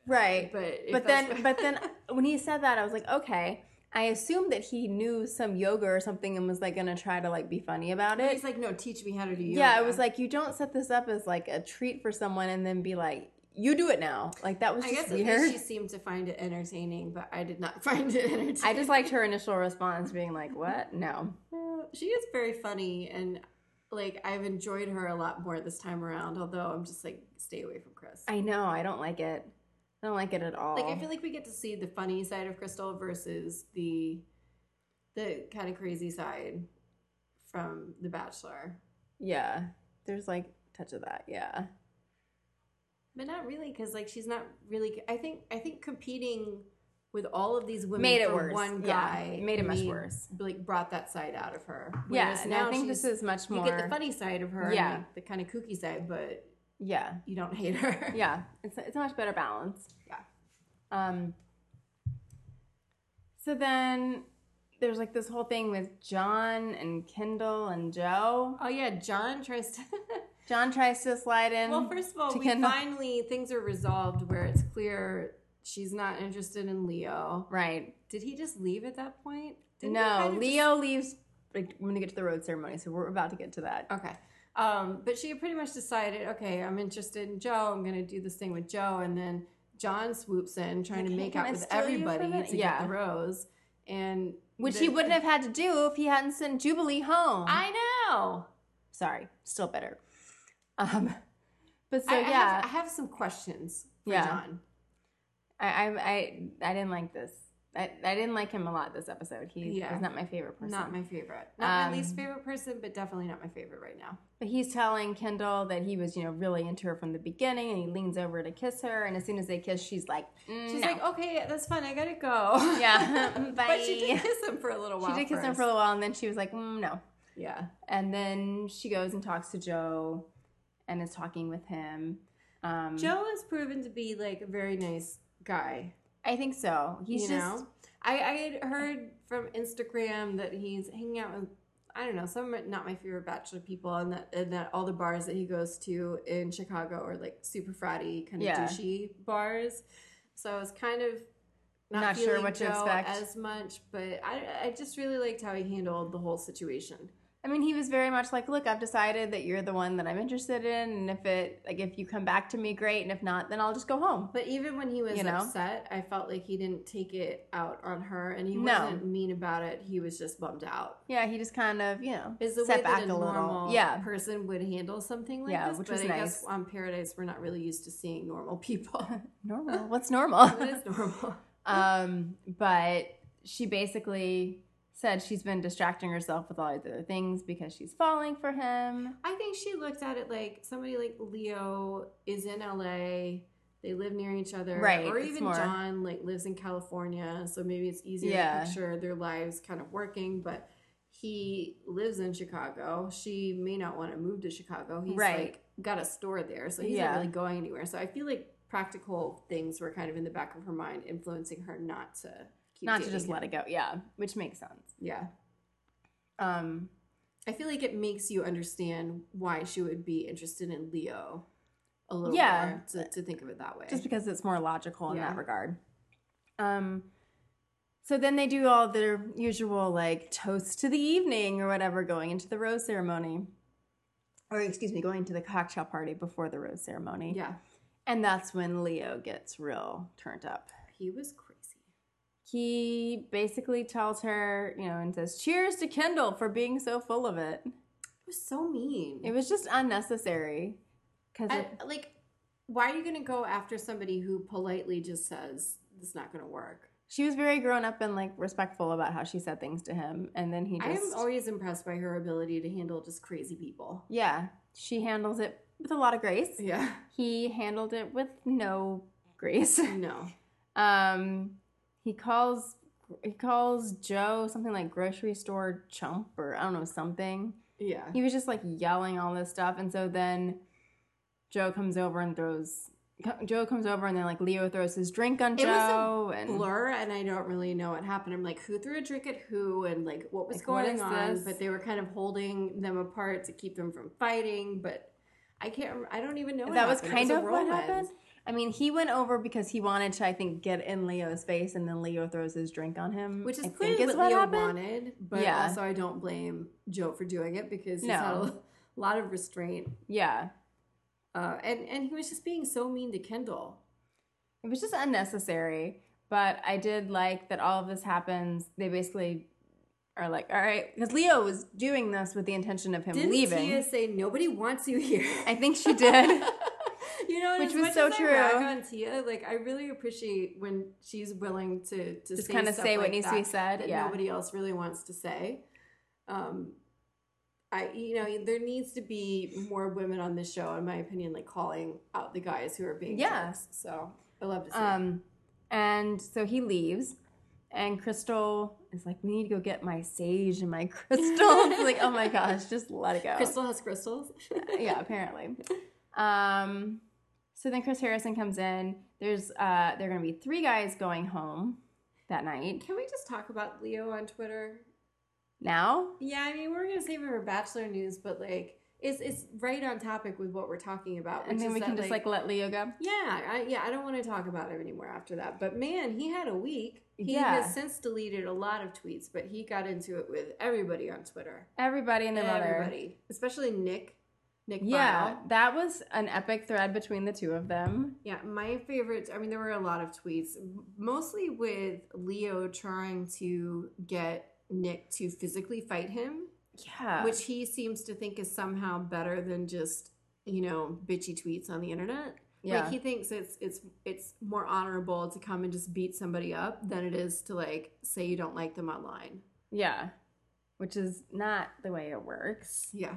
right.
But it
but
felt-
then but then when he said that i was like okay i assumed that he knew some yoga or something and was like gonna try to like be funny about
But
it
he's like, no, teach me how to do yoga.
yeah it was like you don't set this up as like a treat for someone and then be like you do it now like that was
I guess
just
at least
weird
she seemed to find it entertaining, but I did not find it entertaining.
i just liked her initial response being like what no
she is very funny, and like I've enjoyed her a lot more this time around. Although I'm just like, stay away from Chris.
i know i don't like it i don't like it at all
like I feel like we get to see the funny side of Crystal versus the the kind of crazy side from The Bachelor.
yeah there's like touch of that yeah
But not really, because like she's not really. I think I think competing with all of these women
Made it
for
worse.
One
Yeah,
guy
it made it much worse.
Like brought that side out of her.
yeah
Whereas
and i think this
she's-
is much
you
more
get the funny side of her.
Yeah.
and, like, the kind of kooky side, but
yeah
you don't hate her.
Yeah, it's it's a much better balance.
Yeah.
Um. So then there's like this whole thing with John and Kendall and Joe.
Oh yeah, John tries to.
John tries to slide in.
well, first of all,
to
we
Kendall.
finally things are resolved where it's clear she's not interested in Leo.
right.
Did he just leave at that point? Didn't he kind
no,
of just-
Leo leaves. Like, when they get to the road ceremony, so we're about to get to that.
Okay. Um, but she pretty much decided, okay, I'm interested in Joe. I'm going to do this thing with Joe. And then John swoops in, trying to
Like,
make
"Hey,
out
can I
with
steal you for a
everybody
minute?"
to
Yeah.
get the rose. And
Which
the-
he wouldn't have had to do if he hadn't sent Jubilee home.
I know.
Sorry, still bitter. Um, but so
I, I
yeah,
have, I have some questions for
Yeah.
John.
I, I I I didn't like this. I, I didn't like him a lot this episode. He
Yeah.
was not my favorite person.
Not my favorite. Not
Um,
my least favorite person, but definitely not my favorite right now.
But he's telling Kendall that he was, you know, really into her from the beginning, and he leans over to kiss her, and as soon as they kiss, she's like, mm,
She's
no.
like, okay, that's fine. I gotta go.
Yeah,
but she
bye.
did kiss him for a little while.
she did kiss him for a
first.
little while, and then she was like, mm, no.
Yeah.
And then she goes and talks to Joe, and is talking with him. Um,
Joe has proven to be like a very nice guy.
I think so. He's
you
just
know, I, I had heard from Instagram that he's hanging out with I don't know some not my favorite bachelor people, and that and that all the bars that he goes to in Chicago are like super fratty kind of
Yeah.
douchey bars. So I was kind of not,
Not sure
feeling
what to
Joe
expect.
as much, but I I just really liked how he handled the whole situation.
I mean, he was very much like, "Look, I've decided that you're the one that I'm interested in, and if it, like, if you come back to me, great, and if not, then I'll just go home."
But even when he was
You know?
upset, I felt like he didn't take it out on her, and he
No.
wasn't mean about it. He was just bummed out.
Yeah, he just kind of, you know,
is the
set
way
back
that
a
a,
little.
normal
Yeah.
person would handle something like
Yeah,
this.
which
but
was
I
nice.
guess on Paradise, we're not really used to seeing normal people.
normal. What's normal?
it is normal.
um, but she basically said she's been distracting herself with all these other things because she's falling for him.
I think she looked at it like somebody like Leo is in LA. They live near each other,
Right,
Or
it's
even
more-
John like lives in California, so maybe it's easier
Yeah.
to picture their lives kind of working, but. He lives in Chicago. She may not want to move to Chicago. He's
Right.
like got a store there, so he's
Yeah.
not really going anywhere. So I feel like practical things were kind of in the back of her mind, influencing her not to keep
Not to
dating
just
him.
let it go. Yeah, which makes sense.
Yeah,
Um,
I feel like it makes you understand why she would be interested in Leo a little
Yeah.
more to, to think of it that way.
just because it's more logical in
Yeah.
that regard. Um, so then they do all their usual like toast to the evening or whatever, going into the rose ceremony, or excuse me, going to the cocktail party before the rose ceremony.
yeah,
And that's when Leo gets real turned up.
he was crazy.
He basically tells her, you know, and says, Cheers to Kendall for being so full of it.
It was so mean.
It was just unnecessary. Because
I, like, why are you gonna go after somebody who politely just says it's not gonna work?
she was very grown up and like respectful about how she said things to him. And then he
I am
just.
always impressed by her ability to handle just crazy people.
yeah, she handles it with a lot of grace.
Yeah,
He handled it with no grace.
no,
Um, he calls he calls Joe something like grocery store chump or I don't know something.
yeah,
he was just like yelling all this stuff and so then joe comes over and throws co- joe comes over and then like leo throws his drink on
It was a
joe and
blur, and I don't really know what happened. I'm like, who threw a drink at who, and like what was
Like, what
going
is
on?
this?
But they were kind of holding them apart to keep them from fighting. But I can't. rem- I don't even know. What
that was
happened. It
kind
a
of what
romance.
happened i mean he went over because he wanted to i think get in leo's face and then leo throws his drink on him
which is
I
clearly
think
what, Leo wanted. But
Yeah.
also, I don't blame Joe for doing it because he's
No.
had a lot of restraint,
yeah
uh, and and he was just being so mean to Kendall.
it was just unnecessary but i did like that all of this happens they basically are like all right because leo was doing this with the intention of him
Didn't
leaving
Tia say nobody wants you here?
i think she did
you know, and
Which
as
was
much
so
as I
true.
rag on Tia, like I really appreciate when she's willing to, to
just
say
kind of
stuff
say what
like
needs
that,
to be said
that
yeah
nobody else really wants to say. Um, I you know there needs to be more women on this show, in my opinion, like calling out the guys who are being
Yeah.
jerks. So I love to see. it.
Um, and so he leaves, and Crystal is like, "We need to go get my sage and my crystal." I'm like, oh my gosh, just let it go.
Crystal has crystals.
Yeah, apparently. Um, so then Chris Harrison comes in. There's uh, there are gonna be three guys going home that night.
Can we just talk about Leo on Twitter?
Now,
Yeah, I mean, we're gonna save it for Bachelor news, but like, it's it's right on topic with what we're talking about.
and
which
then
is
we can
that,
just like, let Leo go.
Yeah, I, yeah, I don't want to talk about him anymore after that. But man, he had a week. He
Yeah.
has since deleted a lot of tweets, but he got into it with everybody on Twitter.
Everybody and their mother.
Everybody, especially Nick. Nick.
Yeah,
Bottle.
that was an epic thread between the two of them.
Yeah, my favorites. I mean, there were a lot of tweets, mostly with Leo trying to get Nick to physically fight him.
yeah.
which he seems to think is somehow better than just you know bitchy tweets on the internet.
yeah.
Like he thinks it's it's it's more honorable to come and just beat somebody up than it is to like say you don't like them online.
yeah. Which is not the way it works.
Yeah.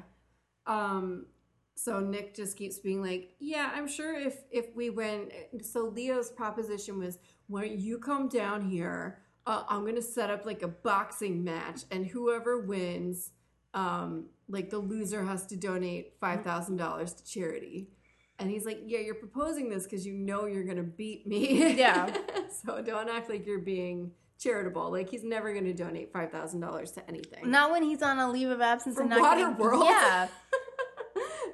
Um so Nick just keeps being like, "Yeah, I'm sure if if we win." So Leo's proposition was, "Why don't you come down here? Uh, I'm gonna set up like a boxing match, and whoever wins, um, like the loser has to donate five thousand dollars to charity." And he's like, "Yeah, you're proposing this because you know you're gonna beat me.
Yeah.
so don't act like you're being charitable. Like he's never gonna donate five thousand dollars to anything.
Not when he's on a leave of absence
For
and not getting-
Waterworld.
Yeah.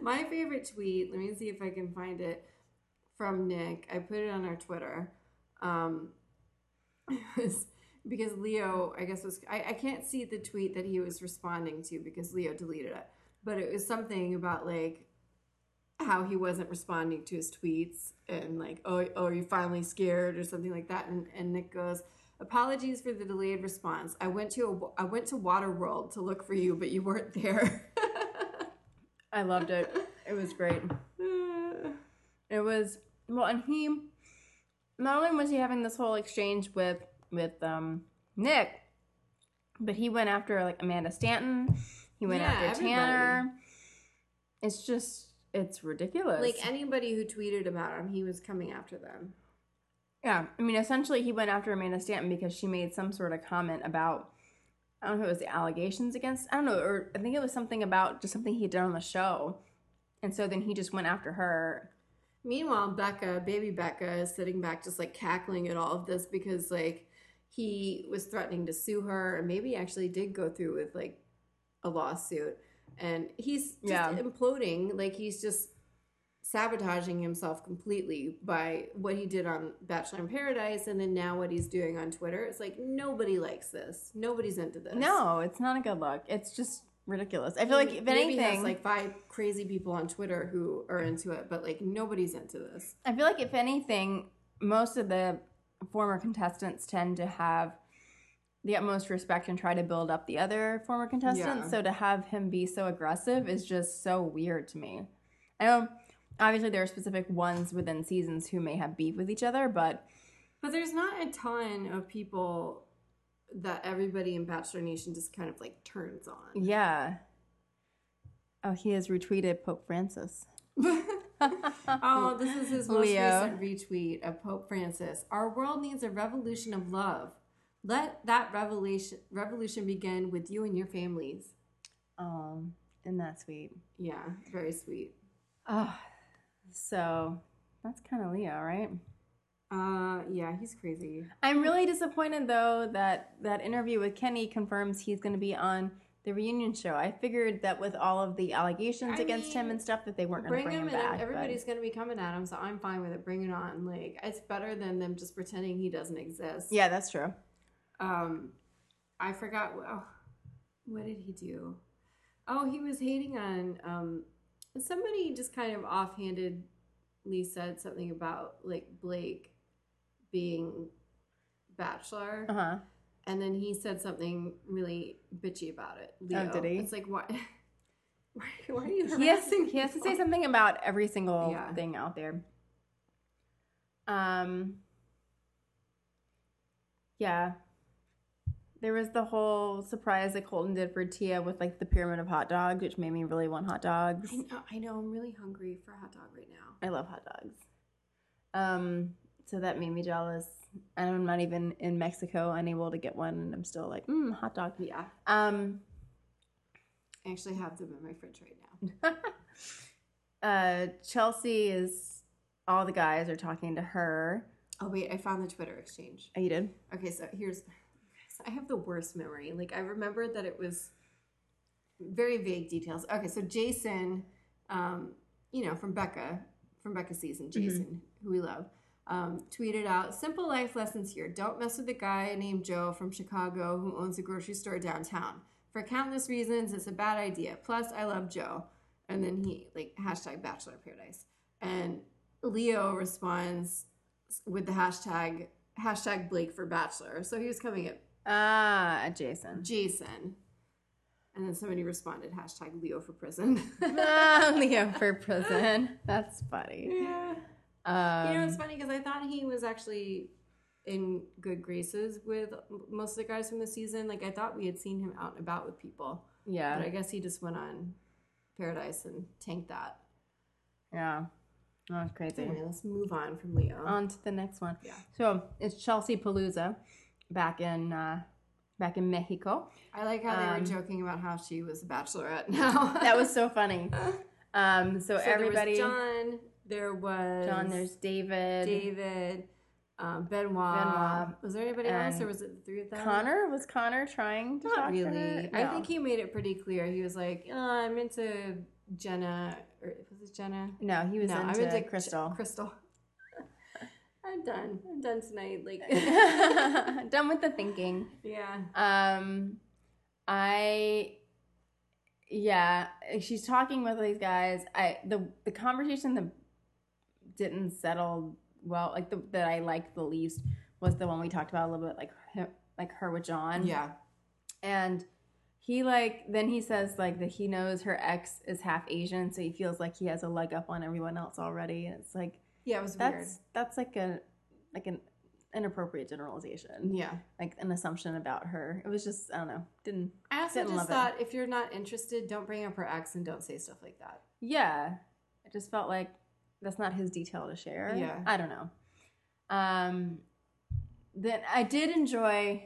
My favorite tweet, let me see if I can find it from Nick. I put it on our Twitter. Um, it was because Leo, I guess, was. I, I can't see the tweet that he was responding to because Leo deleted it. But it was something about like how he wasn't responding to his tweets and like, oh, oh are you finally scared or something like that? And, and Nick goes, apologies for the delayed response. I went to a, I went to Waterworld to look for you, but you weren't there.
I loved it. It was great. It was well, and he not only was he having this whole exchange with with um Nick, but he went after like Amanda Stanton. He went
Yeah,
after
everybody.
Tanner. It's just it's ridiculous.
Like anybody who tweeted about him, he was coming after them.
yeah, I mean, essentially, he went after Amanda Stanton because she made some sort of comment about I don't know if it was the allegations against I don't know, or I think it was something about just something he had done on the show, and so then he just went after her.
Meanwhile, Becca, baby Becca, is sitting back just like cackling at all of this because like he was threatening to sue her and maybe actually did go through with like a lawsuit. And he's just
Yeah.
imploding. Like he's just sabotaging himself completely by what he did on Bachelor in Paradise and then now what he's doing on Twitter. It's like nobody likes this. Nobody's into this.
No, it's not a good look. It's just ridiculous. I feel like if
Maybe he has,
anything,
like five crazy people on Twitter who are into it, but like nobody's into this.
I feel like if anything, most of the former contestants tend to have the utmost respect and try to build up the other former contestants.
Yeah.
So to have him be so aggressive is just so weird to me. I know obviously there are specific ones within seasons who may have beef with each other, but
But there's not a ton of people that everybody in Bachelor Nation just kind of like turns on.
yeah. Oh, he has retweeted Pope Francis.
oh, this is his most
Leo.
recent retweet of Pope Francis. Our world needs a revolution of love. Let that revelation revolution begin with you and your families.
Oh, isn't that sweet?
Yeah, very sweet.
Oh, so that's kind of Leo, right?
Uh, yeah, he's crazy.
I'm really disappointed though that that interview with Kenny confirms he's going to be on the reunion show. I figured that with all of the allegations
I
against him
mean,
and stuff that they weren't going to
Bring
bring
him
him
in.
back.
Everybody's gonna be coming at him, so I'm fine with it. Bring it on. Like it's better than them just pretending he doesn't exist.
but, yeah, that's true.
Um, I forgot. wh- Oh, what did he do? Oh, he was hating on um somebody. Just kind of offhandedly said something about like Blake being bachelor,
Uh huh.
and then he said something really bitchy about it. Leo.
Oh, did he?
It's like why? Why, why are you
He has,
harassing
he has to
people?
say something about every single
Yeah.
thing out there. Um. Yeah. There was the whole surprise that Colton did for Tia with like the pyramid of hot dogs, which made me really want hot dogs.
I know, I know. I'm really hungry for a hot dog right now.
I love hot dogs. Um, so that made me jealous. And I'm not even in Mexico, unable to get one, and I'm still like, mm, hot dog.
Yeah,
Um,
I actually have them in my fridge right now.
uh, Chelsea is all the guys are talking to her.
Oh wait, I found the Twitter exchange.
Oh, you did?
Okay, so here's so I have the worst memory. Like I remember that it was very vague details. Okay, so Jason, um, you know, from Becca, from Becca season, Jason, who we love, um, tweeted out simple life lessons here. Don't mess with a guy named Joe from Chicago who owns a grocery store downtown. For countless reasons, it's a bad idea. Plus, I love Joe. And then he like hashtag Bachelor in Paradise. And Leo responds with the
Uh,
hashtag hashtag Blake for Bachelor. So he was coming at
Ah, Jason.
Jason. And then somebody responded, hashtag Leo for prison.
Ah, Leo for prison. That's funny.
yeah.
Um,
you know, it's funny because I thought he was actually in good graces with most of the guys from the season. Like, I thought we had seen him out and about with people.
yeah,
But I guess he just went on Paradise and tanked that.
yeah. That's crazy.
Anyway, let's move on from Leo.
On to the next one.
Yeah.
So it's Chelsea Palooza, back in uh, back in Mexico.
I like how they
um,
were joking about how she was a bachelorette now.
That was so funny. Um, so,
so
everybody,
There was John, there was
John, there's David,
David, um, Benoit.
Benoit.
Was there anybody else,
And
or was it the three of them?
Connor. Was Connor trying to talk
Not
to her?
really. I
No.
think he made it pretty clear. He was like, "Uh, I'm into Jenna, or was it Jenna?
No, he was
no,
into,
I'm into J-
Crystal.
Crystal. I'm done. I'm done tonight. Like,
Done with the thinking.
yeah.
Um, I, yeah, she's talking with these guys. I the the conversation that didn't settle well, like the that I liked the least was the one we talked about a little bit, like her, like her with John.
Yeah.
and he like then he says like that he knows her ex is half Asian, so he feels like he has a leg up on everyone else already, and it's like
Yeah, it was
that's that's like a like an inappropriate generalization
weird. Yeah.
like an assumption about her. It was just I don't know. Didn't
I also
Didn't love
just thought if you're not interested, don't bring up her ex and don't say stuff like that.
yeah. I just felt like that's not his detail to share.
Yeah.
I don't know. Um then I did enjoy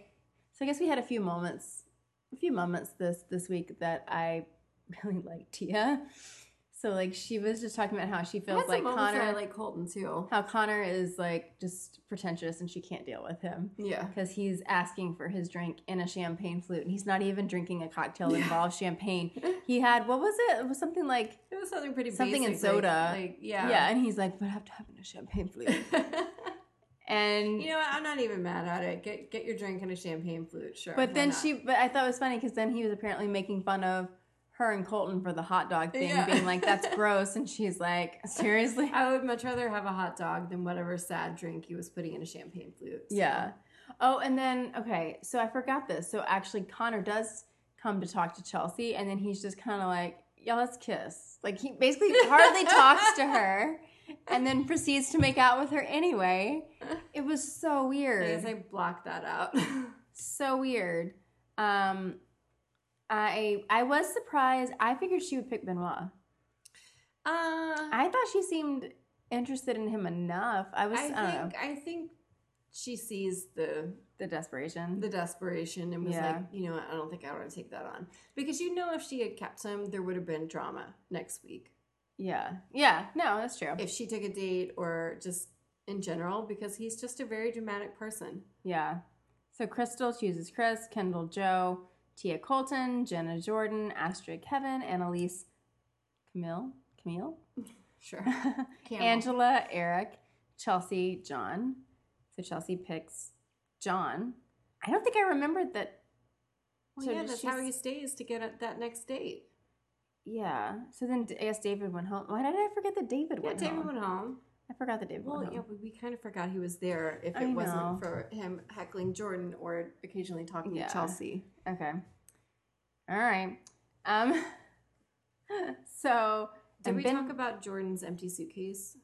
so I guess we had a few moments a few moments this this week that I really liked Tia. So like she was just talking about how she
I
feels
had
like
some moments where
Connor
I like Colton too.
how Connor is like just pretentious and she can't deal with him.
Yeah.
because he's asking for his drink in a champagne flute and he's not even drinking a cocktail that
Yeah.
involves champagne he had what was it it was something like
It was something pretty
Something in
basic, like-
soda.
Like,
yeah,
yeah.
and he's like but i have to have it in a champagne flute and
you know what? I'm not even mad at it. Get get your drink and a champagne flute, sure.
but
why
then
not?
she but i thought it was funny because then he was apparently making fun of her and colton for the hot dog thing
Yeah.
being like that's gross and she's like seriously
I would much rather have a hot dog than whatever sad drink he was putting in a champagne flute. so-
Yeah. Oh, and then okay, so I forgot this. So actually, Connor does come to talk to Chelsea, and then he's just kind of like, "Yeah, let's kiss." Like he basically hardly talks to her, and then proceeds to make out with her anyway. It was so
I
weird,
guess I blocked that out. Uh,
so weird. Um, I I was surprised. I figured she would pick Benoit.
uh,
I thought she seemed interested in him enough. I was uh, I,
I
don't know
think I think she sees the
the desperation.
the desperation and was
Yeah.
like, you know, what, I don't think I want to take that on because you know if she had kept him, there would have been drama next week
yeah, yeah. No, that's true.
if she took a date or just in general because he's just a very dramatic person.
Yeah. So Crystal chooses Chris, Kendall Joe, Tia Colton, Jenna Jordan, Astrid Kevin, Annalise Camille, Camille,
Sure, Camel.
Angela, Eric, Chelsea, John. So Chelsea picks John. I don't think I remembered that.
Well,
so
yeah,
did
that's
she
how
s-
he stays to get at that next date.
Yeah. So then I guess David went home. Why did I forget that David
Yeah,
went
David
home?
went home.
I forgot that David
Well,
went
yeah,
home.
we, we kind of forgot he was there if it
I
wasn't
know.
for him heckling Jordan or occasionally talking
Yeah.
to Chelsea.
Okay. All right. Um. so
Did
and
we
Ben-
talk about Jordan's empty suitcase?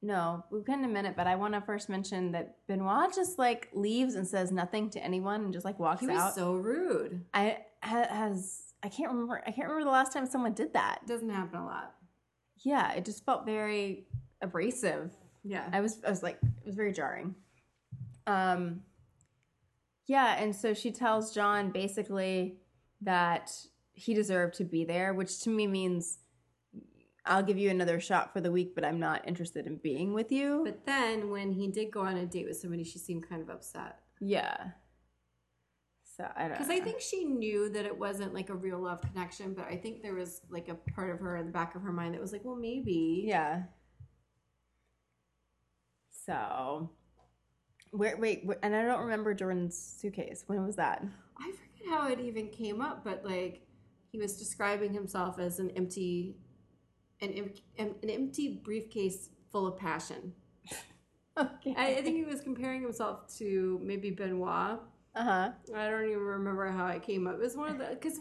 No, we can in a minute, but I want to first mention that Benoit just like leaves and says nothing to anyone and just like walks
He was
out.
so rude.
I ha- has I can't remember. I can't remember the last time someone did that.
Doesn't happen a lot.
Yeah, it just felt very abrasive.
Yeah.
I was I was like it was very jarring. Um yeah, and so she tells John basically that he deserved to be there, which to me means I'll give you another shot for the week, but I'm not interested in being with you.
But then when he did go on a date with somebody, she seemed kind of upset.
Yeah. So I don't.
Because I think she knew that it wasn't like a real love connection, but I think there was like a part of her in the back of her mind that was like, well, maybe.
Yeah. So, where? Wait, wh- and I don't remember Jordan's suitcase. When was that?
I forget how it even came up, but like he was describing himself as an empty, an, em- em- an empty briefcase full of passion.
Okay.
I, I think he was comparing himself to maybe Benoit.
Uh huh.
Uh-huh. I don't even remember how it came up. It was one of the because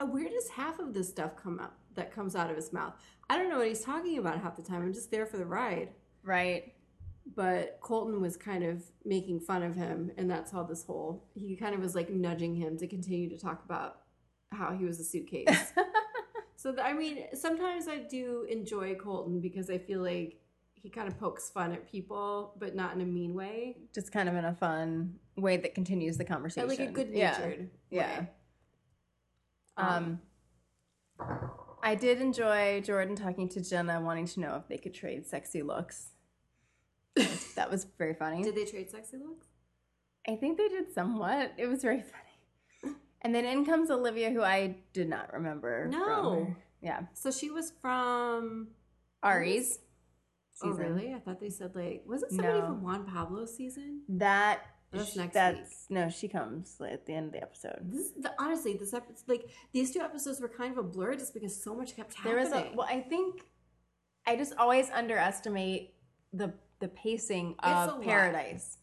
uh, where does half of this stuff come out that comes out of his mouth? I don't know what he's talking about half the time. I'm just there for the ride.
Right.
But Colton was kind of making fun of him, and that's how this whole he kind of was like nudging him to continue to talk about how he was a suitcase. so th- I mean, sometimes I do enjoy Colton because I feel like he kind of pokes fun at people, but not in a mean way.
Just kind of in a fun way that continues the conversation.
And, like a good
Yeah.
natured
Yeah.
way.
Um,
Um,
I did enjoy Jordan talking to Jenna, wanting to know if they could trade sexy looks. that was very funny.
Um, Did they trade sexy looks?
I think they did somewhat. It was very funny. And then in comes Olivia, who I did not remember. from
No.
her- Yeah.
So she was from.
Ari's.
Oh,
season.
really? I thought they said like, wasn't somebody
No.
from Juan Pablo's season?
That.
That's next
that's- No, she comes at the end of the episode.
This, the, honestly, this episode, like these two episodes, were kind of a blur just because so much kept happening.
There was a. Well, I think I just always underestimate the the pacing
a
of
lot.
Paradise.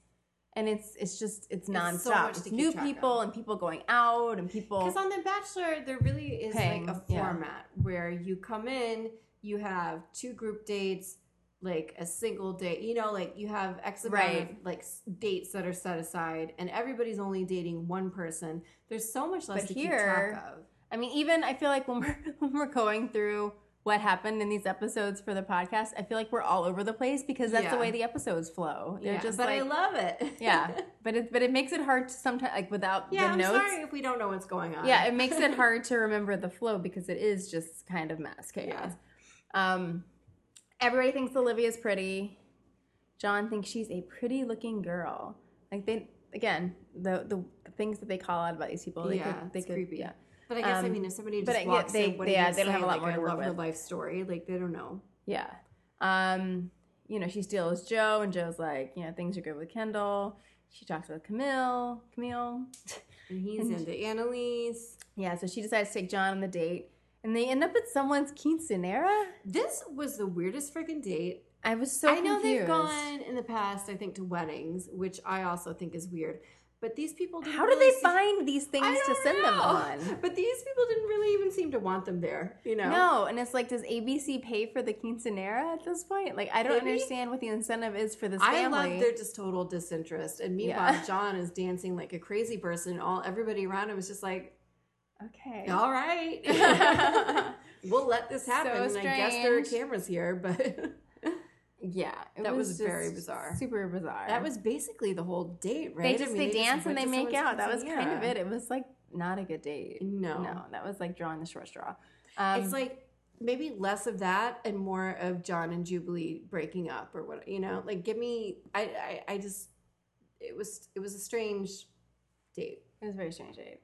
And it's it's just it's nonstop.
so much to
It's
keep
new
track of.
people and people going out and people
Because on The Bachelor, there really is like
Pang,
a
yeah.
format where you come in, you have two group dates, like a single date, you know, like you have X amount of
Right.
like s- dates that are set aside, and everybody's only dating one person. There's so much less
But
to keep
here-
track of.
I mean, even I feel like when we're when we're going through what happened in these episodes for the podcast, I feel like we're all over the place because that's the
Yeah.
way the episodes flow. They're
Yeah,
just
but
like,
I love it.
yeah, but it but it makes it hard to sometimes like without
yeah.
the
I'm
notes.
sorry if we don't know what's going on.
Yeah, it makes it hard to remember the flow because it is just kind of mass chaos. Um, everybody thinks Olivia's pretty. John thinks she's a pretty looking girl. Like they again the the, the things that they call out about these people. They
Yeah,
could, they
it's
could,
creepy.
Yeah.
But I guess I
Um,
mean, if somebody
but
just
I- yeah,
walks
they-
in, what
they-
are you
yeah,
gonna
they don't have
say?
a lot
Like,
more
I
to work
love her
with.
life story. Like they don't know.
Yeah. Um, you know, she steals Joe, and Joe's like, you know, things are good with Kendall. She talks with Camille. Camille.
And he's into Annalise.
Yeah, so she decides to take John on the date, and they end up at someone's quinceanera.
This was the weirdest freaking date.
I was so
I know they've
confused.
gone in the past, I think, to weddings, which I also think is weird. But these people didn't
How do
really
they
seem-
find these things
I
to
don't
send them
know.
on?
But these people didn't really even seem to want them there. You know?
No, and it's like, does ABC pay for the quinceanera at this point? Like, I don't
Maybe.
understand what the incentive is for this
I
family.
love their just total disinterest. And meanwhile,
Yeah.
John is dancing like a crazy person. and All everybody around him is just like,
okay.
"All right, we'll let this happen."
So
and I guess there are
strange.
cameras here, but
Yeah, it
That was
just
very bizarre.
Super bizarre.
that was basically the whole date,
They
right?
just
I mean,
they, dance and
went
they
to
make
someone's
out. That was kind of
quinceañera.
it. It was like not a good date.
No.
no, that was like drawing the short straw. Um,
it's like maybe less of that and more of John and Jubilee breaking up or what you know like give me I I, I just it was it was a strange date
it was a very strange date.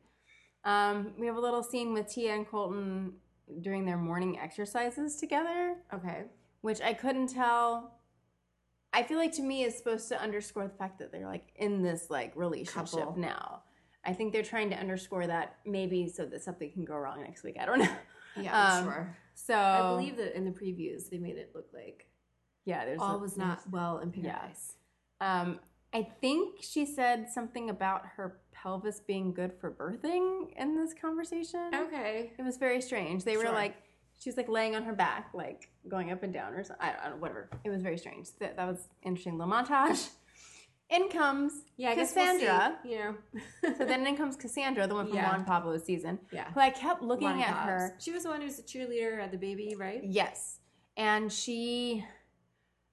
Um, we have a little scene with Tia and Colton doing their morning exercises together,
okay
which I couldn't tell. I feel like to me is supposed to underscore the fact that they're like in this like relationship
Couple.
now. I think they're trying to underscore that maybe so that something can go wrong next week. I don't know.
yeah I'm
Um,
sure
So
I believe that in the previews they made it look like
yeah, there's
all
a-
was
there's-
not well in
yeah.
paradise
Um, I think she said something about her pelvis being good for birthing in this conversation.
okay
It was very strange. They were
Sure.
like, she was like laying on her back, like going up and down or something. I don't, I don't whatever. It was very strange. That, that was interesting little montage. In comes
yeah I guess we'll see,
Cassandra.
you know
so then in comes Cassandra, the one from
Yeah.
Juan Pablo's season,
yeah
who I kept looking
Lonnie
at
Hobbs.
her
she was the one who was the cheerleader at the baby right
Yes. And she,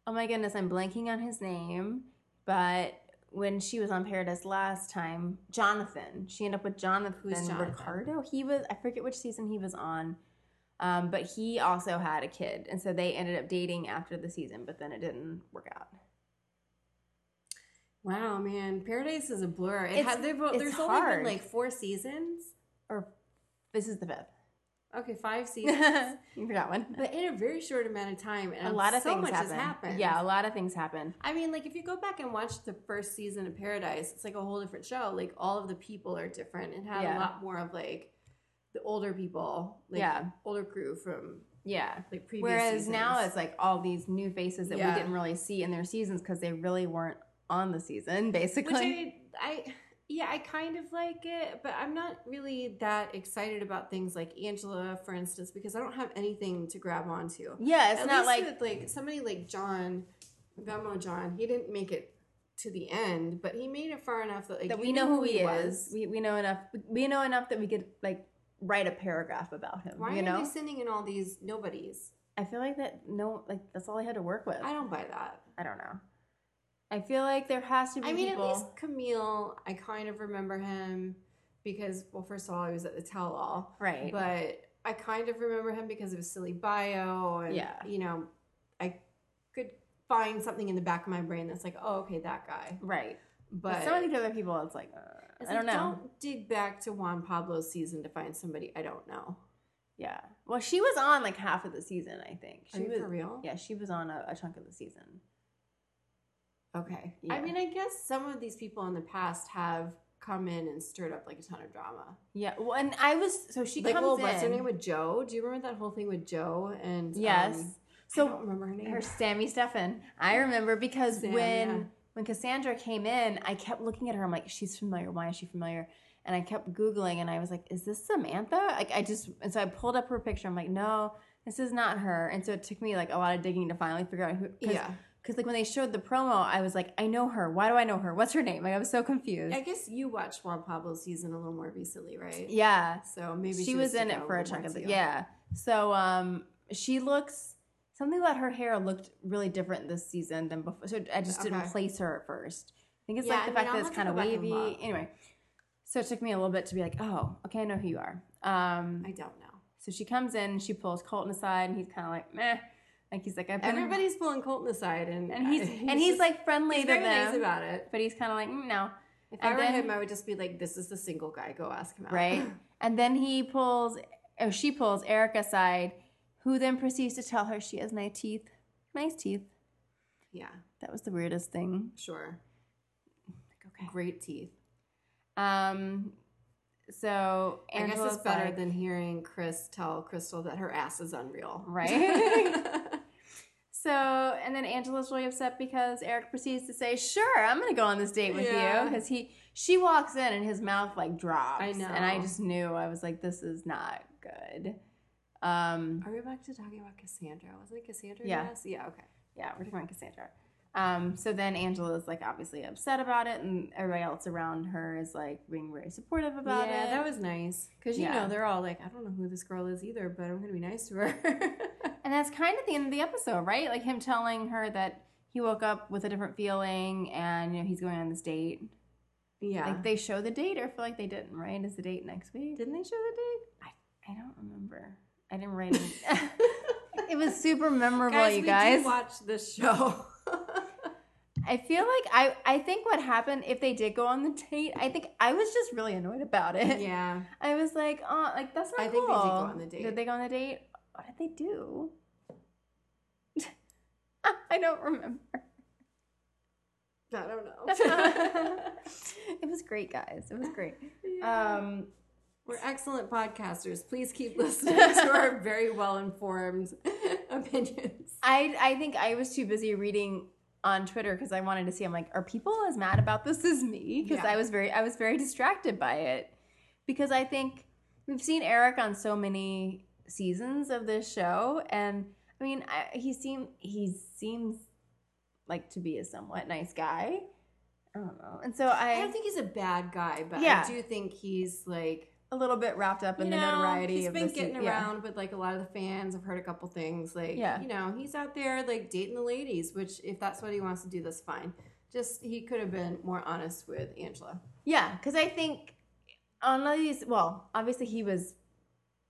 oh my goodness, I'm blanking on his name, but when she was on Paradise last time, Jonathan, she ended up with Jonathan,
Jonathan?
Ricardo. He was, I forget which season he was on, um, but he also had a kid. And so they ended up dating after the season, but then it didn't work out.
wow man paradise is a blur it
It's-
had, they've,
it's
there's only
hard.
been like four seasons
Or this is the fifth.
Okay, five seasons,
you forgot one.
but in a very short amount of time, and
a lot of
so
things
much
happened.
has happened.
Yeah, a lot of things happened.
I mean, like if you go back and watch the first season of Paradise, it's like a whole different show. Like all of the people are different and had
Yeah.
a lot more of like the older people, like
Yeah.
older crew from
Yeah.
like previous.
Whereas
seasons.
now it's like all these new faces that
Yeah.
we didn't really see in their seasons because they really weren't on the season, basically.
which I, I yeah, I kind of like it, but I'm not really that excited about things like Angela, for instance, because I don't have anything to grab onto.
Yeah, it's
At
not
least
like
with, like somebody like John, Venmo John. He didn't make it to the end, but he made it far enough that like
that.
you
We know
knew
who he is.
was.
We we know enough. We know enough that we could like write a paragraph about him.
Why
you
are
know,
they sending in all these nobodies?
I feel like that. No, like that's all I had to work with.
I don't buy that.
I don't know. I feel like there has to be
I mean,
people.
at least Camille, I kind of remember him because, well, first of all, he was at the tell all,
right.
but I kind of remember him because of his silly bio. And,
Yeah.
you know, I could find something in the back of my brain that's like, oh, okay, that guy.
right. But,
But
some of these other people, it's like, uh,
it's
I don't
like,
know.
Don't dig back to Juan Pablo's season to find somebody I don't know.
Yeah. Well, she was on like half of the season, I think.
Are
She
you
was.
for real?
Yeah, she was on a, a chunk of the season.
Okay.
Yeah.
I mean, I guess some of these people in the past have come in and stirred up like a ton of drama.
Yeah. Well, and I was so she
like,
comes
well,
in.
what's her name with Joe? Do you remember that whole thing with Joe and
yes.
um, I don't
so
remember her name.
her Sammy Stefan, I remember because
Sam,
when
yeah.
when Cassandra came in, I kept looking at her. I'm like, she's familiar. Why is she familiar? And I kept googling, and I was like, is this Samantha? Like, I just and so I pulled up her picture. I'm like, no, this is not her. And so it took me like a lot of digging to finally figure out who.
yeah,
Because like when they showed the promo, I was like, I know her. Why do I know her? What's her name? Like I was so confused.
I guess you watched Juan Pablo's season a little more recently, right?
yeah.
So maybe
she,
she,
was
sticking
in it
out
for a
little
chunk
more
of
to
the
you.
yeah. So um, she looks something about her hair looked really different this season than before. So I just didn't
Okay.
place her at first. I think it's
Yeah,
like the
I mean,
fact
I'll
that it's
have
kind
to
of
go back and
wavy.
look.
Anyway, so it took me a little bit to be like, oh, okay, I know who you are. Um,
I don't know.
so she comes in, she pulls Colton aside, and he's kind of like, meh, like he's like, I've been
Everybody's pulling Colton aside, and
and he's and he's
just-
like friendly
he's
to
very nice
them,
about it.
but he's kind of like, mm, no,
If
And
I were
then-
him, I would just be like, "This is the single guy. Go ask him out."
right? and then he pulls, or she pulls Eric aside, who then proceeds to tell her she has nice teeth. Nice teeth.
yeah,
That was the weirdest thing.
sure.
Like, okay.
Great teeth.
Um. So
I guess
Angela's
it's better
like-
than hearing Chris tell Crystal that her ass is unreal,
Right? So and then Angela's really upset because Eric proceeds to say, "Sure, I'm gonna go on this date with you,"
Yeah.
because he she walks in and his mouth like drops.
I know.
and I just knew I was like, "This is not good." Um.
Are we back to talking about Cassandra? Wasn't it Cassandra?
Yeah.
Yes. Yeah. Okay.
Yeah, we're talking about Cassandra. Um, so then Angela is like obviously upset about it, and everybody else around her is like being very supportive about
yeah,
it.
that was nice. Because, you
Yeah.
know, they're all like, I don't know who this girl is either, but I'm going to be nice to her.
and that's kind of the end of the episode, right? Like him telling her that he woke up with a different feeling, and you know he's going on this date.
yeah.
Like they show the date, or I feel like they didn't. Right? Is the date next week?
Didn't they show the
I don't remember. I didn't write it. it was super memorable,
date?
you
we
guys.
do watch this show.
I feel like I I think what happened if they did go on the date, I think I was just really annoyed about it.
yeah.
I was like, oh, like that's not
I
cool.
think they did go on the date.
Did they go on the date? What did they do? I don't remember.
I don't know.
it was great, guys. It was great.
Yeah.
Um,
We're excellent podcasters. Please keep listening to our very well informed opinions.
I I think I was too busy reading on Twitter because I wanted to see. I'm like, are people as mad about this as me? Because
Yeah.
I was very I was very distracted by it because I think we've seen Eric on so many seasons of this show, and I mean, I, he seem he seems like to be a somewhat nice guy. I don't know, and so
I don't
I
think he's a bad guy, but
Yeah.
I do think he's like.
a little bit wrapped up in
you
the
know,
notoriety
he's
of
been
the se-
getting
yeah.
around with like a lot of the fans i've heard a couple things like
Yeah.
you know he's out there like dating the ladies which if that's what he wants to do that's fine just he could have been more honest with angela
Yeah, because I think on all these, well, obviously he was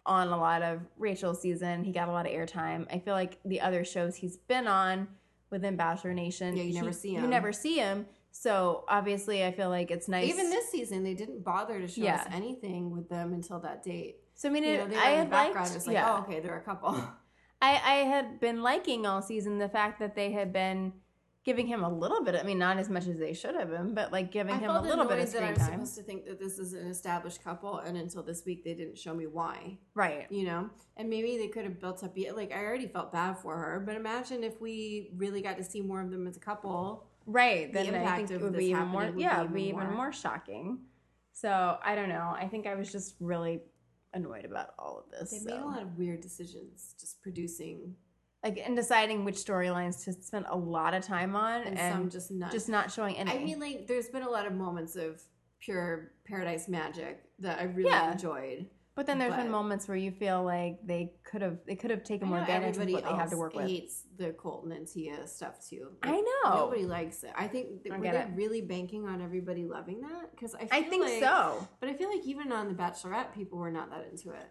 on a lot of Rachel's season. He got a lot of airtime. I feel like the other shows he's been on within Bachelor Nation,
Yeah, you never
he-
see
You
him.
never see him. So obviously, I feel like it's nice.
even this season they didn't bother to show us
Yeah.
anything with them until that date
So I mean,
you
it,
know they were
I
in
had
the background
liked,
just like
yeah,
oh okay they're a couple
I, I had been liking all season the fact that they had been giving him a little bit. I mean, not as much as they should have been, but like giving
i
him a
felt
little bit
annoyed
of
that
screen
i'm
time.
supposed to think that this is an established couple and until this week they didn't show me why
Right.
you know and maybe they could have built up yet like i already felt bad for her but imagine if we really got to see more of them as a couple
Right.
the
Then I
impact
think it
of
would
this
be even
happening
more.
would
yeah,
be
it would be
even
even
more.
more shocking. So I don't know. I think I was just really annoyed about all of this.
They
so.
made a lot of weird decisions just producing
like in deciding which storylines to spend a lot of time on
and,
and,
some just not.
just not showing any.
I mean, like there's been a lot of moments of pure paradise magic that I really
Yeah.
enjoyed.
but then there's
but-
been moments where you feel like they could have they could have taken
I
more
know
advantage of
everybody
what they have to
else
work with.
hates the Colton and Tia stuff too.
I
Like,
know.
Nobody likes it. I think that
I
were
get
they
it.
really banking on everybody loving that? Because I, feel
I think
like-
so.
But I feel like even on The Bachelorette, people were not that into it.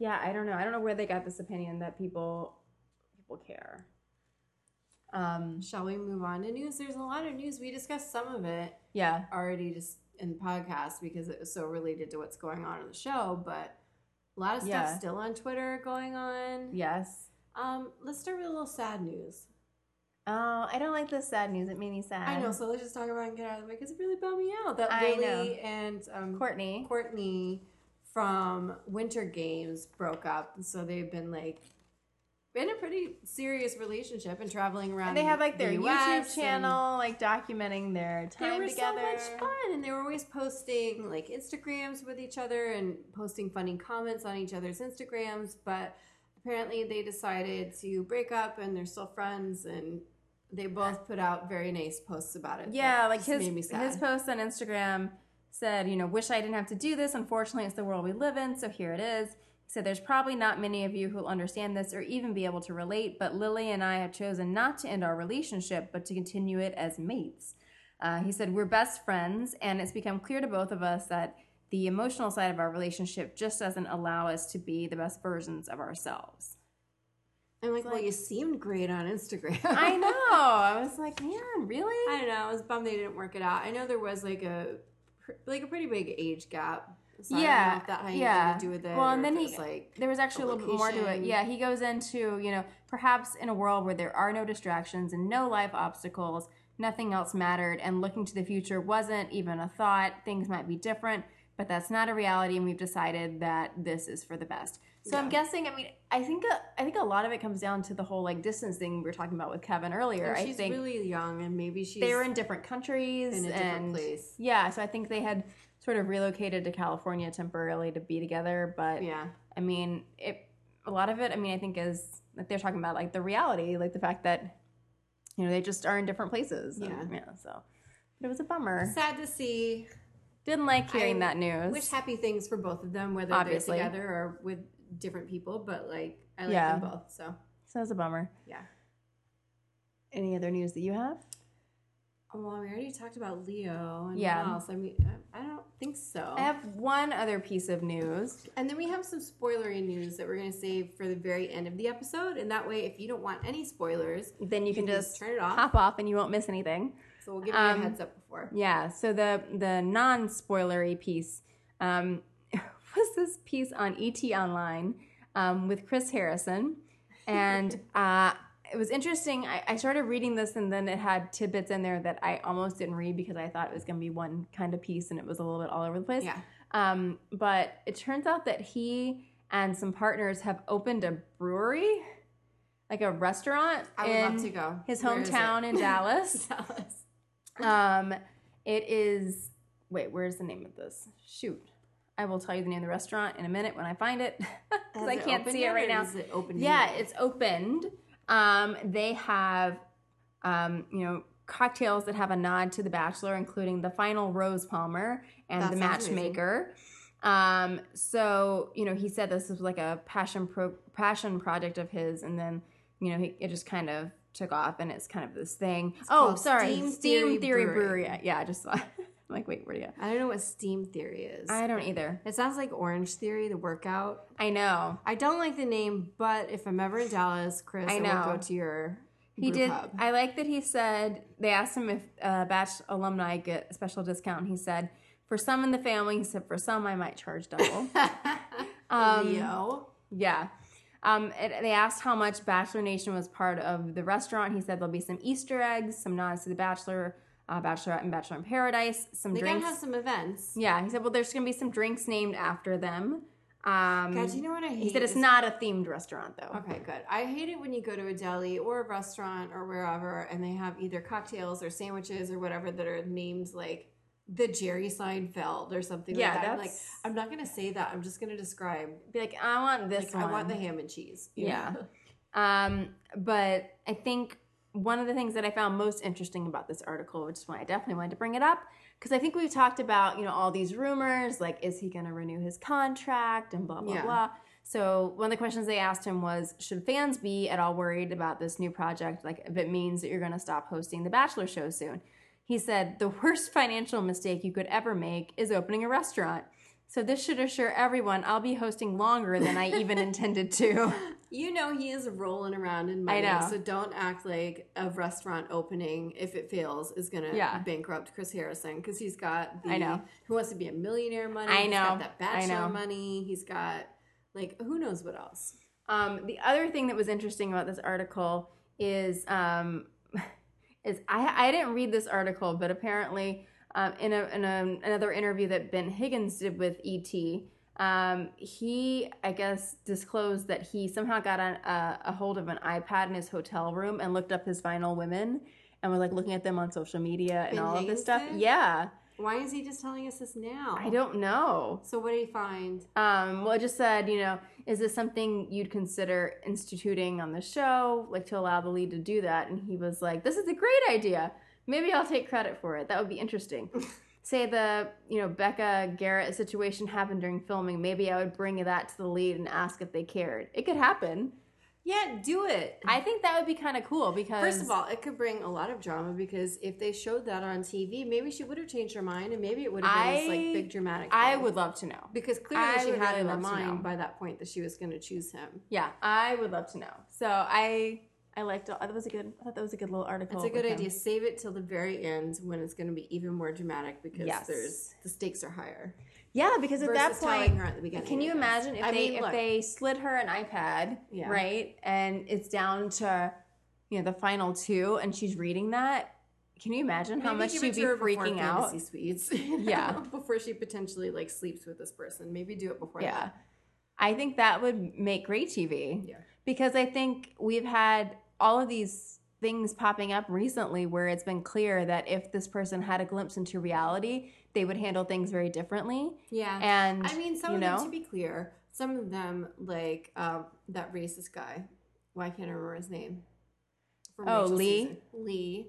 Yeah, I don't know. I don't know where they got this opinion that people people care. Um
Shall we move on to news? There's a lot of news. We discussed some of it
yeah.
already just in the podcast because it was so related to what's going on in the show, but a lot of stuff
Yeah.
still on Twitter going on.
Yes.
Um, let's start with a little sad news.
Oh, I don't like this sad news. It made me sad.
I know, so let's just talk about it and get out of the way because it really bummed me out that
I
Lily and um,
Courtney.
Courtney from Winter Games broke up, and so they've been like in a pretty serious relationship and traveling around.
And they have like their
the US
YouTube
and
channel, like documenting their
They
time
were
together.
so much fun, and they were always posting like Instagrams with each other and posting funny comments on each other's Instagrams. But apparently, they decided to break up, and they're still friends, and they both put out very nice posts about it. that
Yeah, like
just
his
made me sad.
his post on Instagram said, you know, wish I didn't have to do this. Unfortunately, it's the world we live in, so here it is. He said, there's probably not many of you who'll understand this or even be able to relate, but Lily and I have chosen not to end our relationship, but to continue it as mates. Uh, he said, we're best friends, and it's become clear to both of us that the emotional side of our relationship just doesn't allow us to be the best versions of ourselves.
I'm like, well, you seemed great on Instagram.
I know. I was like, man, really?
I don't know. I was bummed they didn't work it out. I know there was like a pr- like a pretty big age gap. So I don't
Yeah,
know if that had anything
yeah.
to do with it.
Well, and
or if
then
it
he-
was like
there was actually a little bit more to it.
location.
Yeah, he goes into, you know, perhaps in a world where there are no distractions and no life obstacles, nothing else mattered, and looking to the future wasn't even a thought. Things might be different, but that's not a reality, and we've decided that this is for the best. So I'm
Yeah.
guessing. I mean, I think a, I think a lot of it comes down to the whole like distance thing we were talking about with Kevin earlier.
and
I
she's
think
really young and maybe she's
they were in different countries
in a different
and
place.
yeah, so I think they had sort of relocated to California temporarily to be together, but
yeah.
I mean, it a lot of it. I mean, I think is like they're talking about like the reality, like the fact that you know they just are in different places. and,
Yeah.
yeah. So, but it was a bummer.
Sad to see.
Didn't like hearing
I
that news.
Wish happy things for both of them, whether
Obviously.
they're together or with different people. But like, I like
Yeah.
them both. So
so it was a bummer.
yeah.
Any other news that you have?
Oh, Well, we already talked about Leo and
Yeah.
what else. I mean, I- I don't think so.
I have one other piece of news.
And then we have some spoilery news that we're going to save for the very end of the episode. And that way, if you don't want any spoilers,
Then you can just
turn it off.
hop off and you won't miss anything.
So we'll give you a
Um,
heads up before.
Yeah. So the the non spoilery piece um, was this piece on ET Online um, with Chris Harrison, and uh, it was interesting. I, I started reading this, and then it had tidbits in there that I almost didn't read because I thought it was going to be one kind of piece, and it was a little bit all over the place.
Yeah.
Um, but it turns out that he and some partners have opened a brewery, like a restaurant.
I would
in
love to go.
His
Where is it?
hometown in Dallas.
Dallas.
Um, it is. Wait, where's the name of this? Shoot, I will tell you the name of the restaurant in a minute when I find it, because
Has
I can't
opened
see
yet,
it right
or
now.
Is it open
Yeah,
yet?
it's opened. Um, they have, um, you know, cocktails that have a nod to The Bachelor, including the final Rose Palmer and
That
the
sounds amazing.
Matchmaker. Um, so you know, he said this was like a passion pro- passion project of his, and then you know, he, it just kind of took off, and it's kind of this thing. oh,
called
sorry,
Steam
Steam,
Theory
Theory,
Brewery.
Brewery. Yeah, I just saw. I'm like, wait, where do you?
I don't know what steam theory is.
I don't either.
it sounds like Orange Theory, the workout.
I know.
I don't like the name, but if I'm ever in Dallas, Chris, I,
I
will
know.
go to your.
He
brew
did.
pub.
I like that he said they asked him if uh, batch alumni get a special discount. And he said for some in the family. He said for some I might charge double. um,
Leo.
yeah. Um, it, they asked how much Bachelor Nation was part of the restaurant. He said there'll be some Easter eggs, some nods to the Bachelor, uh, Bachelorette, and Bachelor in Paradise, some
They gotta
drinks.
have some events.
yeah, he said. Well, there's gonna be some drinks named after them. Um,
God, do you know what I hate?
he said it's
is-
not a themed restaurant though.
Okay, good. I hate it when you go to a deli or a restaurant or wherever and they have either cocktails or sandwiches or whatever that are named like the Jerry Seinfeld or something.
Yeah,
like that. I'm like
that's-
I'm not gonna say that. I'm just gonna describe.
Be like, I want this
Like,
one.
I want the ham and cheese. you
Yeah.
know?
Um, but I think one of the things that I found most interesting about this article, which is why I definitely wanted to bring it up, because I think we've talked about, you know, all these rumors, like, is he going to renew his contract and blah, blah,
Yeah.
blah. So one of the questions they asked him was, should fans be at all worried about this new project? Like, if it means that you're going to stop hosting The Bachelor show soon. He said, the worst financial mistake you could ever make is opening a restaurant. So this should assure everyone I'll be hosting longer than I even intended to.
You know he is rolling around in
I
money,
know.
so don't act like a restaurant opening, if it fails, is gonna
Yeah.
bankrupt Chris Harrison because he's got the
I know.
Who Wants to Be a Millionaire money.
I
He's got
know.
that
I
bachelor
know.
money. He's got like who knows what else.
Um, the other thing that was interesting about this article is um, is I, I didn't read this article, but apparently um, in, a, in a, another interview that Ben Higgins did with ET, um, he I guess disclosed that he somehow got on a, a hold of an iPad in his hotel room and looked up his final women and was like looking at them on social media and
Ben
all of
Higgins
this stuff.
did?
Yeah,
Why is he just telling us this now?
I don't know.
So what did he find?
Um, well, it just said, you know, is this something you'd consider instituting on the show, like to allow the lead to do that? And he was like, this is a great idea. Maybe I'll take credit for it. That would be interesting. Say the, you know, Becca Garrett situation happened during filming. Maybe I would bring that to the lead and ask if they cared. It could happen.
Yeah, do it.
I think that would be kind of cool because
First of all, it could bring a lot of drama because if they showed that on TV, maybe she would have changed her mind, and maybe it would have been this
I-
like big dramatic.
I
thing.
would love to know.
because clearly
I
she
would
had
really
in her
love to know.
mind by that point that she was going to choose him.
Yeah, I would love to know. So I, I liked. all- That was a good. I thought that was a good little article.
It's a
with
good
him.
idea. Save it till the very end when it's going to be even more dramatic because
Yes.
there's the stakes are higher.
Yeah, because at
Versus
that point,
telling her at the beginning.
Can you
it is.
imagine if
I
they
mean,
if
look,
they slid her an iPad,
Yeah.
right? And it's down to you know the final two, and she's reading that. Can you imagine how
maybe
much
give
she'd
it
be
to her before
freaking out?
Fantasy suites, you know,
Yeah.
before she potentially like sleeps with this person. Maybe do it before.
Yeah,
that.
I think that would make great TV.
Yeah.
because I think we've had all of these things popping up recently where it's been clear that if this person had a glimpse into reality, they would handle things very differently.
Yeah.
And
I mean, some
you
of
know?
them, to be clear, some of them, like um, that racist guy. Why can't I remember his name? From
Oh,
Rachel's
Lee?
season. Lee.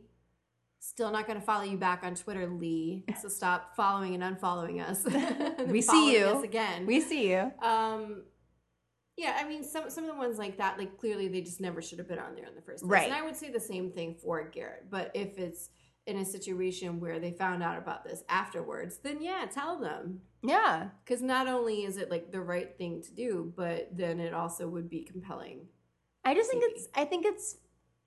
Still not going to follow you back on Twitter, Lee. So stop following and unfollowing us. And
We see
following
you.
us again.
we see you.
um, yeah, I mean, some some of the ones like that, like clearly they just never should have been on there in the first place.
Right.
And I would say the same thing for Garrett. But if it's in a situation where they found out about this afterwards, then yeah, tell them
Yeah.
because not only is it like the right thing to do but then it also would be compelling
I just think
TV.
it's I think it's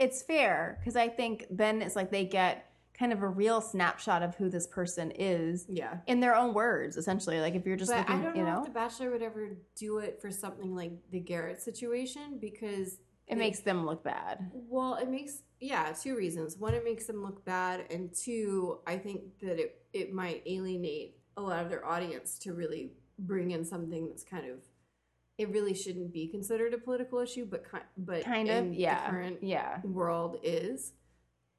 it's fair because I think then it's like they get kind of a real snapshot of who this person is
yeah
in their own words, essentially. Like if you're just
but i
looking,
don't know,
you know,
if the bachelor would ever do it for something like the garrett situation because
it makes them look bad.
well it makes yeah two reasons one it makes them look bad and two i think that it, it might alienate a lot of their audience to really bring in something that's kind of it really shouldn't be considered a political issue but kind but
Kind of,
in the
yeah,
current
yeah.
world is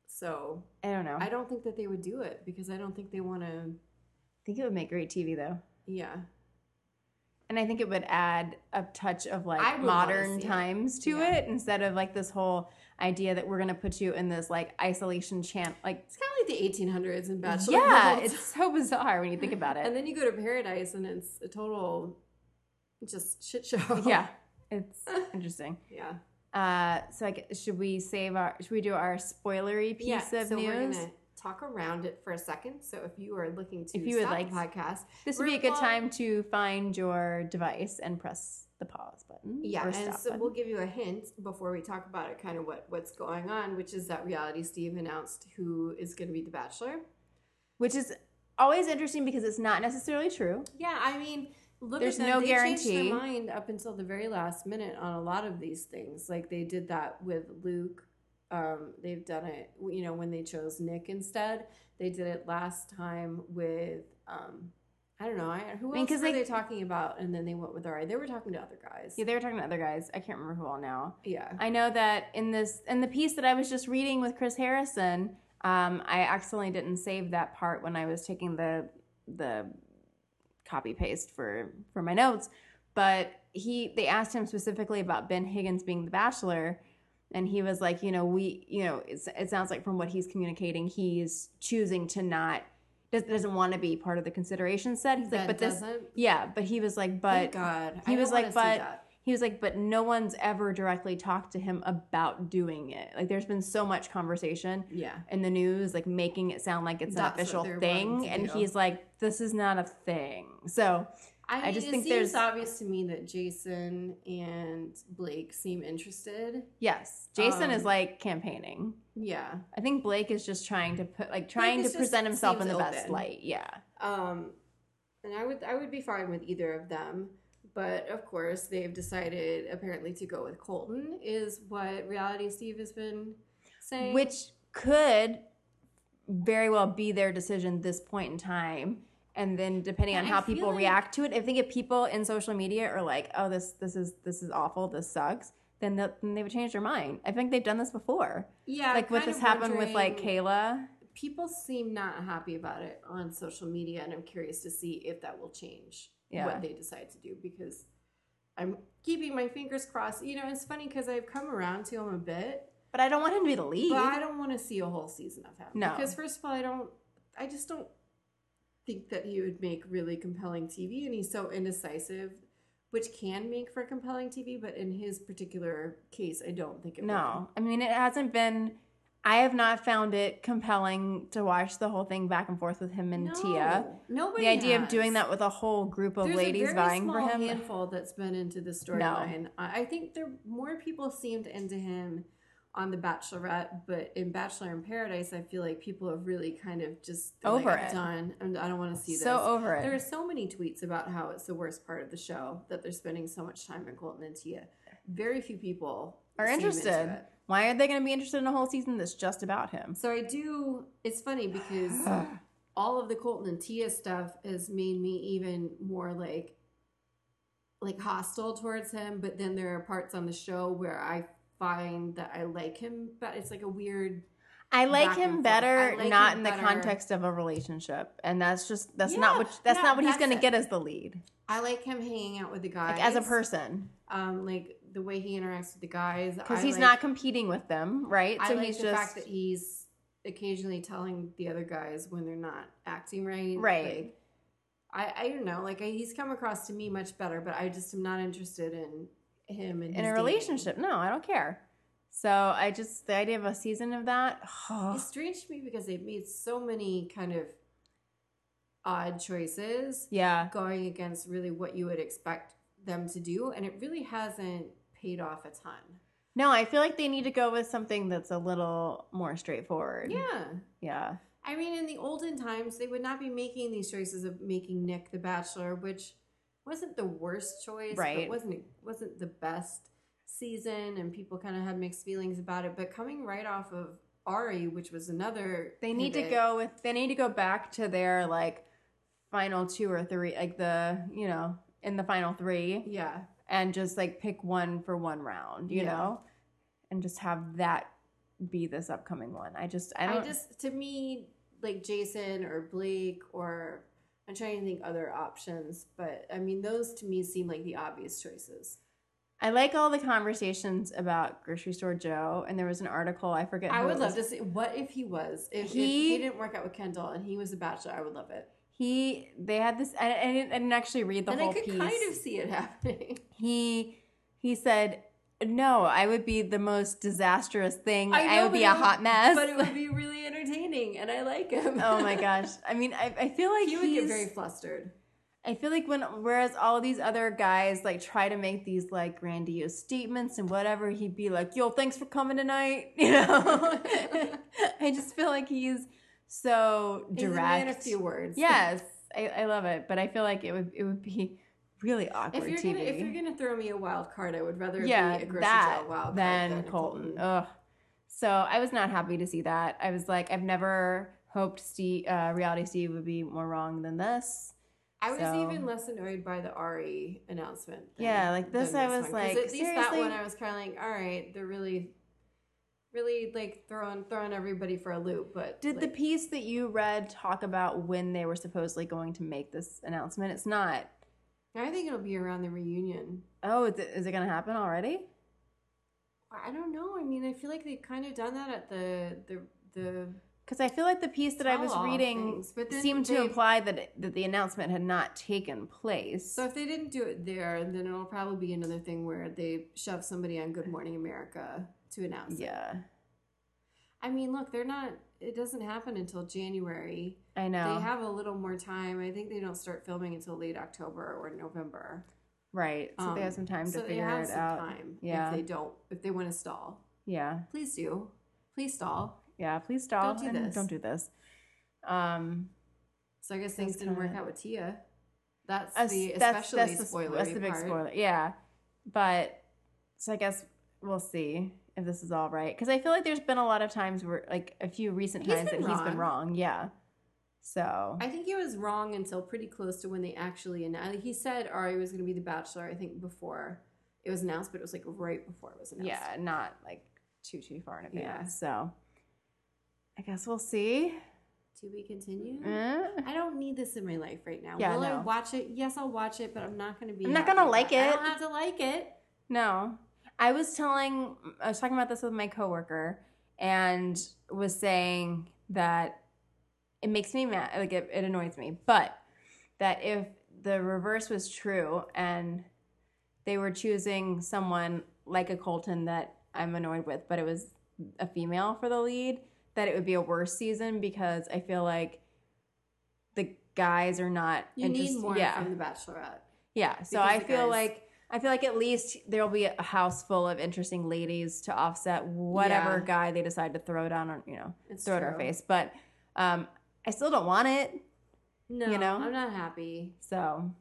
so
I don't know. I
I don't think that they would do it because I don't think they want to.
think it would make great TV though,
Yeah,
and I think it would add a touch of
I
like
would wanna
modern
see it.
times to
Yeah.
it instead of like this whole idea that we're gonna put you in this like isolation champ. Like,
it's kind of like the 1800s in Bachelor.
yeah,
World.
it's so bizarre when you think about it.
and then you go to Paradise and it's a total just shit show.
yeah, it's interesting.
yeah,
Uh, so I gue- should we save our should we do our spoilery piece
yeah.
of
so we're
news?
gonna talk around it for a second. So if you are looking to
If you would
stop
like-
the podcast,
This would be a good
RuPaul-
time to find your device and press the pause button.
Yeah,
or
and
stop
so
button.
we'll give you a hint before we talk about it, kind of what what's going on, which is that Reality Steve announced who is going to be the Bachelor.
which is always interesting because it's not necessarily true.
Yeah, I mean, look
There's
at them.
no
they
guarantee.
Changed their mind up until the very last minute on a lot of these things. Like they did that with Luke. Um, they've done it, you know, when they chose Nick instead. They did it last time with, um, I don't know, I, who
I mean,
else
'cause,
were
like-
they talking about? And then they went with Ari. They were talking to other guys.
Yeah, they were talking to other guys. I can't remember who all now.
Yeah.
I know that in this in the piece that I was just reading with Chris Harrison, Um, I accidentally didn't save that part when I was taking the the copy paste for for my notes, but he they asked him specifically about Ben Higgins being the bachelor, and he was like, you know, we, you know, it's, it sounds like from what he's communicating, he's choosing to not does, doesn't want to be part of the consideration set. He's like,
That
but this,
doesn't-
yeah, but he was like,
Thank
but
God,
he
I
was
don't
like,
wanna see
but-
that.
he was like, but no one's ever directly talked to him about doing it. Like, there's been so much conversation
yeah,
in the news, like making it sound like it's
That's
an
what
official
they're wanting
thing,
to
and
do.
he's like, this is not a thing. So
I,
I
mean,
just
it
think
seems
there's-
obvious to me that Jason and Blake seem interested.
yes, Jason is
Um,
like campaigning.
Yeah,
I think Blake is just trying to put like trying
is
to
just-
present himself in
seems
the best
open.
light. Yeah.
um, and I would I would be fine with either of them, but of course they've decided apparently to go with Colton is what Reality Steve has been saying.
Which could very well be their decision this point in time. And then depending on
Yeah, I
how
feel
people
like-
react to it, I think if people in social media are like, "Oh, this this is this is awful. This sucks," then, they'll- then they would change their mind. I think they've done this before,
yeah,
like what
kind
this
of
happened with like
wondering-
Kayla.
people seem not happy about it on social media and i'm curious to see if that will change
Yeah.
what they decide to do because i'm keeping my fingers crossed you know it's funny because i've come around to him a bit
But I don't want him to be the
but i
lead.
don't want to see a whole season of him
No.
because first of all i don't i just don't think that he would make really compelling tv and he's so indecisive which can make for compelling tv but in his particular case i don't think it will.
No, I mean it hasn't been. I have not found it compelling to watch the whole thing back and forth with him and Tia.
No, Nobody.
The idea of
has.
doing that with a whole group of
There's a
ladies
very
vying for
small
him.
handful that's been into the storyline. I I think there more people seemed into him on The Bachelorette, but in Bachelor in Paradise, I feel like people have really kind of just they're
Over
like, I'm
it.
Done. I'm- I don't want to see this.
So over it.
There are so many tweets about how it's the worst part of the show that they're spending so much time in Colton and Tia. Very few people
are
seem into
interested.
it.
Why are they going to be interested in a whole season that's just about him?
So I do. It's funny because all of the Colton and Tia stuff has made me even more like, like hostile towards him. But then there are parts on the show where I find that I like him, but it's like a weird.
I like
Back and
him
forth.
better
I like
not
him
in the
better.
context of a relationship, and that's just that's
Yeah,
not what that's
yeah,
not what he's
that's
going to
it.
get as the lead,
I like him hanging out with the guys
like as a person,
Um, like the way he interacts with the guys
because
I
he's
like-
not competing with them, right?
I
so
like
he's
the
just
fact that he's occasionally telling the other guys when they're not acting right.
Right.
Like, I, I don't know. Like I, he's come across to me much better, but I just am not interested in him and his
in a
dating.
relationship. No, I don't care. So I just the idea of a season of that.
It's strange to me because they've made so many kind of odd choices
yeah,
going against really what you would expect them to do, and it really hasn't paid off a ton.
no, I feel like they need to go with something that's a little more straightforward.
Yeah.
yeah,
I mean, in the olden times, they would not be making these choices of making Nick the bachelor, which wasn't the worst choice,
Right.
But wasn't wasn't the best season, and people kind of had mixed feelings about it. But coming right off of Ari, which was another,
They need to
pivot,
go with they need to go back to their like final two or three like the you know in the final three
Yeah,
and just like pick one for one round, you
Yeah.
know? And just have that be this upcoming one. I just I
I,
don't
just to me like Jason or Blake or I'm trying to think other options, but I mean, those to me seem like the obvious choices.
I like all the conversations about grocery store Joe and there was an article I forget
I
who
would
it
love
was.
to see what if he was if if
He-
he didn't work out with Kendall and he was a bachelor. I would love it.
he they had this I, I, didn't, I didn't actually read the
and
whole
I could
piece.
kind of see it happening.
He he said no, I would be the most disastrous thing. I,
know,
would
but
be
it
a hot mess.
but it would be really entertaining, and I like him.
oh my gosh. I mean, I, I feel like
he would get
he's-
very flustered.
I feel like when whereas all these other guys like try to make these like grandiose statements and whatever, he'd be like, "Yo, thanks for coming tonight." You know. I just feel like he's so
He's a man
direct.
of few words.
yes, I, I love it, but I feel like it would it would be really awkward
If you're
TV.
gonna if you're gonna throw me a wild card, I would rather it
yeah,
be a grocery
that
store wild
than
card than a
Colton. Oh, Ugh. So I was not happy to see that. I was like, I've never hoped Steve, uh, reality Steve would be more wrong than this.
I was
So-
even less annoyed by the Ari announcement.
Yeah, like this
than
I was
one, 'cause
like,
at least that
seriously?
one I was kind of like, all right, they're really really like throwing throwing everybody for a loop. But
Did the
like,
piece that you read talk about when they were supposedly going to make this announcement? It's not.
I think it'll be around the reunion.
Oh, is it, is it going to happen already?
I don't know. I mean, I feel like they've kind of done that at the the the
Because I feel like the piece that I was
tell-all
reading
things, but then
seemed to
they-
imply that it, that the announcement had not taken place.
So if they didn't do it there, then it'll probably be another thing where they shove somebody on Good Morning America to announce. it.
yeah,
I mean, look, they're not. It doesn't happen until January.
I know.
They have a little more time. I think they don't start filming until late October or November.
right, so they
Um,
have some time to
so they
figure
have
it
some
out.
Time
Yeah.
If they don't, if they want to stall,
Yeah,
please do. Please stall.
yeah. Please stop.
Don't do this.
Don't do this. Um,
So I guess things
That's
didn't work
kinda-
out with Tia. That's
us-
the
that's
especially
that's the
spoilery
that's the big
part.
spoiler. Yeah, but so I guess we'll see if this is all right because I feel like there's been a lot of times where like a few recent
He's
times that
been
he's been
wrong.
wrong. Yeah, so
I think he was wrong until pretty close to when they actually announced. He said Ari was going to be the Bachelor. I think before it was announced, but it was like right before it was announced.
yeah, not like too too far in
Yeah.
advance. So I guess we'll see.
To be continued.
Eh?
I don't need this in my life right now.
Yeah,
Will
no.
I watch it? Yes, I'll watch it, but I'm not going to be.
I'm not
happy
gonna
about
like
I
it.
don't have to like it.
No. I was telling I was talking about this with my coworker and was saying that it makes me mad like it, it annoys me, but that if the reverse was true and they were choosing someone like a Colton that I'm annoyed with, but it was a female for the lead, that it would be a worse season because I feel like the guys are not
You need
interest-
more from the Bachelorette.
yeah. So
Because
I
the
feel
guys-
like I feel like at least there'll be a house full of interesting ladies to offset whatever
Yeah.
guy they decide to throw down on, you know,
It's
throw at our
true.
face. But um I still don't want it.
No,
you know?
I'm not happy.
So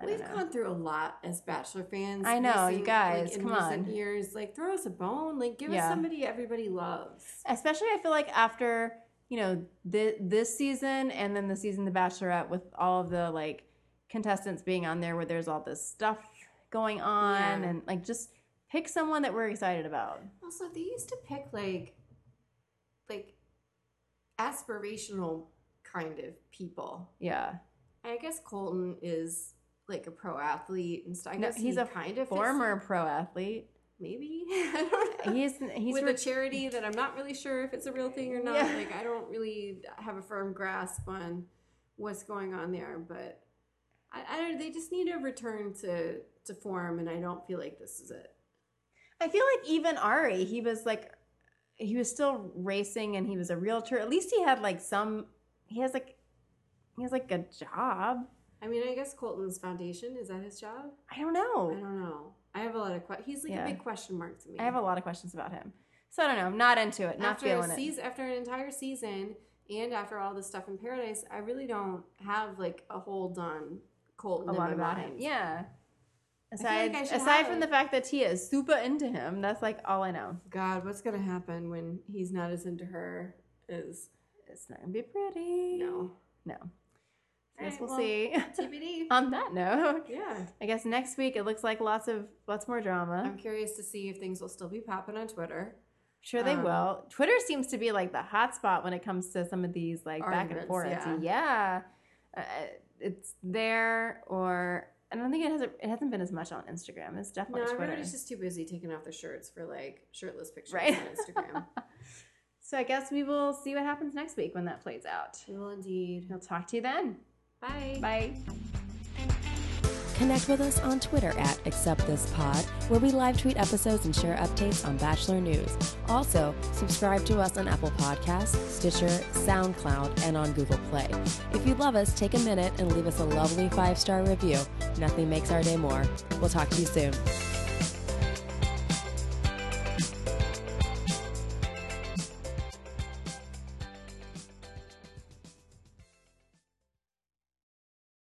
I
We've
don't know.
gone through a lot as Bachelor fans.
I know, you guys,
Like, in
come
recent
on.
years, like throw us a bone. Like give
Yeah.
us somebody everybody loves.
especially I feel like after, you know, th- this season and then the season The Bachelorette with all of the like contestants being on there where there's all this stuff going on
Yeah.
and like just pick someone that we're excited about.
Also, they used to pick like, like, aspirational kind of people.
Yeah.
I guess Colton is like a pro athlete and stuff. I
No,
guess
he's
he
a
kind of fits-
Former pro athlete.
maybe. I don't know.
He's he's
with
re-
a charity that I'm not really sure if it's a real thing or not.
Yeah.
Like I don't really have a firm grasp on what's going on there, but I, I don't. They just need a return to to form, and I don't feel like this is it.
I feel like even Ari, he was like, he was still racing and he was a realtor. At least he had like some, he has like, he has like a job.
I mean, I guess Colton's foundation is that his job.
I don't
I
know.
don't know. I have a lot of questions. He's like
Yeah.
a big question mark to me.
I have a lot of questions about him. So I don't know. I'm not into it. Not
after
feeling
a
it.
season, after an entire season, and after all this stuff in Paradise, I really don't have like a hold on Colton.
a
in
lot
my
about
mind.
him. Yeah.
feel like
Aside,
I should
aside
have
from
him.
the fact that Tia is super into him, that's like all I know.
God, what's gonna happen when he's not as into her as
It's not gonna be pretty.
no
No. I guess
Alright,
we'll
well-
see.
TBD?
On that note,
yeah,
I guess next week it looks like lots of lots more drama.
I'm curious to see if things will still be popping on Twitter.
Sure, they
Um,
will. Twitter seems to be like the hot spot when it comes to some of these like back and
Arguments,
forth. Yeah,
yeah.
Uh, it's there, or I don't think it hasn't. It hasn't been as much on Instagram. It's
No,
definitely Twitter.
everybody's just too busy taking off their shirts for like shirtless pictures
Right.
on Instagram.
so I guess we will see what happens next week when that plays out.
we will indeed.
We'll talk to you then.
Bye.
Bye.
Connect with us on Twitter at AcceptThisPod, where we live tweet episodes and share updates on Bachelor News. Also, subscribe to us on Apple Podcasts, Stitcher, SoundCloud, and on Google Play. If you love us, take a minute and leave us a lovely five star review. Nothing makes our day more. We'll talk to you soon.